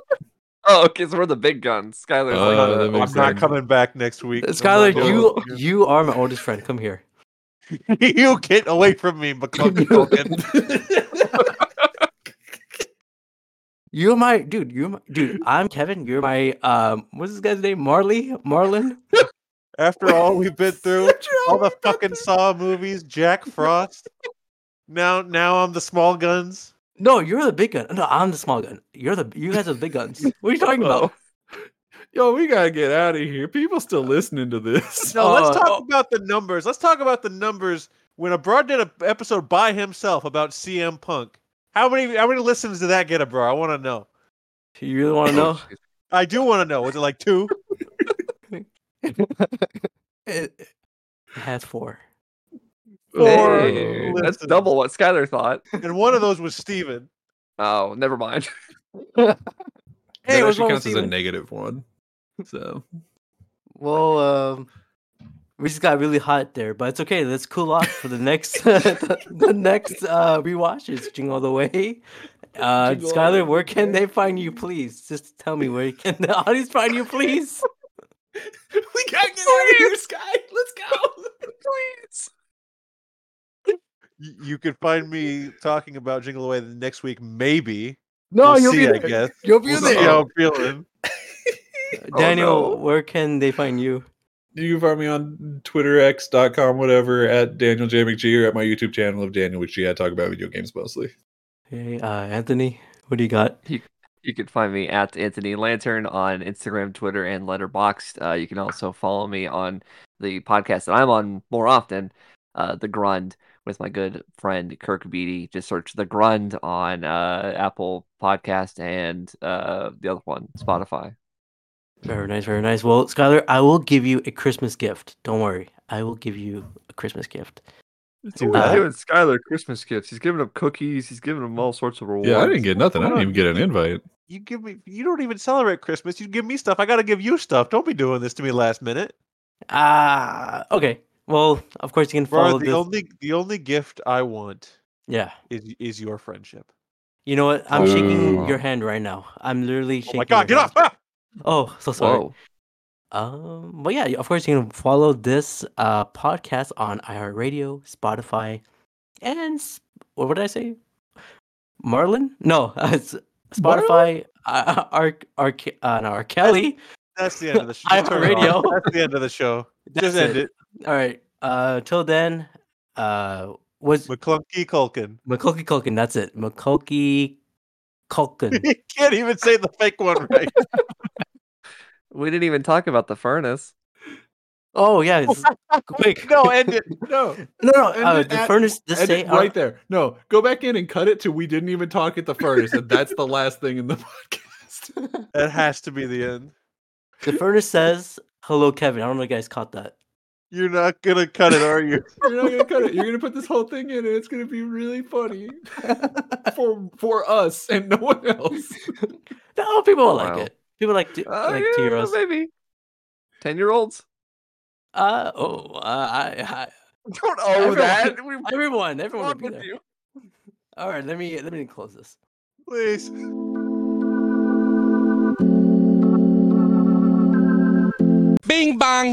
G: oh, okay, so we're the big guns. Skyler's
F: Uh,
G: like,
F: that
G: uh,
D: I'm
F: makes
D: not
F: sense.
D: coming back next week. I'm not
B: Skylar,
D: doing
B: you
D: it.
B: you are my oldest friend. Come here.
D: [LAUGHS] you get away from me, McClunky Culkin.
B: You're my dude. You're my dude. I'm Kevin. You're my um. What's this guy's name? Marley. Marlon.
D: After all we've been
B: [LAUGHS]
D: through,
B: After
D: all the
B: we've been
D: fucking
B: through.
D: Saw movies, Jack Frost. Now, now I'm the small guns.
B: No, you're the big gun. No, I'm the small gun. You're the you guys are the big guns. What are you talking about?
F: Yo, we gotta get out of here. People still listening to
D: [LAUGHS]
F: this.
D: No, let's
B: Uh,
D: talk
B: oh.
D: about the numbers. Let's talk about the numbers. When Abrar did an episode by himself about CM Punk, how many how many listens did that get, Abrar? I want to know.
B: You really want to
C: [COUGHS]
B: know?
D: I do want to know. Was it like two?
B: It, it has four.
F: Uh,
D: Four
G: Hey,
D: [LAUGHS]
G: that's
D: listens.
G: double what Skyler thought.
D: And one of those was Steven.
G: Oh, never mind. [LAUGHS]
B: Hey,
F: that
B: what's
F: actually
B: wrong with
F: counts as a
B: Steven?
F: negative one. So
B: Well, um, we just got really hot there, but it's okay. Let's cool off for the next [LAUGHS] the, the next uh, rewatch is Jingle the Way. Uh,
F: Jingle All the
B: Skylar,
F: Way.
B: where can they find you, please? Just tell me where can [LAUGHS] the audience find you, please.
F: we gotta get out of here, Sky. Let's go.
G: Please.
D: Y- You can find me talking about Jingle Away the next week, maybe.
B: No,
D: We'll see, I guess.
B: You'll
D: We'll see how I'm feeling. Oh,
B: Daniel,
G: no.
B: where can they find you?
F: You can find me on twitterx.com, whatever, at Daniel J. McGee or at my YouTube channel of Daniel McGee. I talk about video games mostly.
B: Hey, uh, Anthony, what do you got?
G: You can find me at Anthony Lantern on Instagram, Twitter, and Letterboxd. Uh, you can also follow me on the podcast that I'm on more often, uh, The Grund, with my good friend Kirk Beatty. Just search The Grund on uh, Apple Podcast and uh, the other one, Spotify.
B: Very nice, very nice. Well, Skylar, I will give you a Christmas gift. Don't worry, I will give you a Christmas gift.
D: Do that.
B: doing
G: Skylar Christmas gifts. He's giving up cookies. He's giving him all sorts of rewards.
F: Yeah, I didn't get nothing. I didn't even get an invite.
D: You give me. You don't even celebrate Christmas. You give me stuff. I gotta give you stuff. Don't be doing this to me last minute.
B: Ah, okay. Well, of course you can
D: Bro,
B: follow
D: the
B: this.
D: only the only gift I want
B: Yeah.
D: is is your friendship.
B: You know what? I'm shaking
G: Wow.
B: your hand right now. I'm literally
D: Oh
B: shaking.
D: my god, get
B: your
D: off!
B: hand.
D: Ah!
B: Oh, so sorry.
G: Whoa.
B: Um, but yeah, of course you can follow this uh podcast on iHeartRadio, Spotify, and s- what would I say? Marlin? No, [LAUGHS] uh, s- Spotify, uh, R, R, K- uh, no, R.
F: [LAUGHS]
B: Kelly.
D: That's the end of the show.
B: I
D: Just turn it
B: radio.
D: off. That's the end of the show.
B: [LAUGHS] That's
D: Just end
B: it.
D: it.
B: All right. Uh, till then, uh, was
D: McClunky Culkin. [LAUGHS]
B: McCulkey Culkin? That's it. McCulkey
F: [LAUGHS]
B: Culkin.
D: you can't even say the fake one right.
B: [LAUGHS]
G: We didn't even talk about the furnace.
B: Oh yeah,
F: [LAUGHS]
B: it's quick.
D: no, end it.
B: [LAUGHS]
F: No,
B: No, no.
F: And
B: Uh,
F: it
B: the uh,
F: at-
B: furnace. This
F: edit
B: day,
F: right there. No, go back in and cut it to we didn't even talk at the furnace, and that's the last thing in the podcast.
D: That has to be the end.
B: The furnace says, "Hello, Kevin." I don't know if you guys caught that.
D: You're not gonna cut it,
B: [LAUGHS]
D: are you?
F: You're not gonna cut it. You're gonna put this whole thing in, and it's gonna be really funny for for us and no one else.
B: No, oh, people will
G: Wow.
B: like it. People like to,
G: Oh,
B: like
G: yeah,
B: to hear us.
G: maybe. 10 year olds.
B: Uh, oh, uh, I,
G: Don't
B: Everyone-
G: owe that. We
B: I, everyone, everyone will
G: fuck
B: be
G: with
B: there.
G: you.
B: All right, let me let me close this.
D: Please.
H: Bing bong.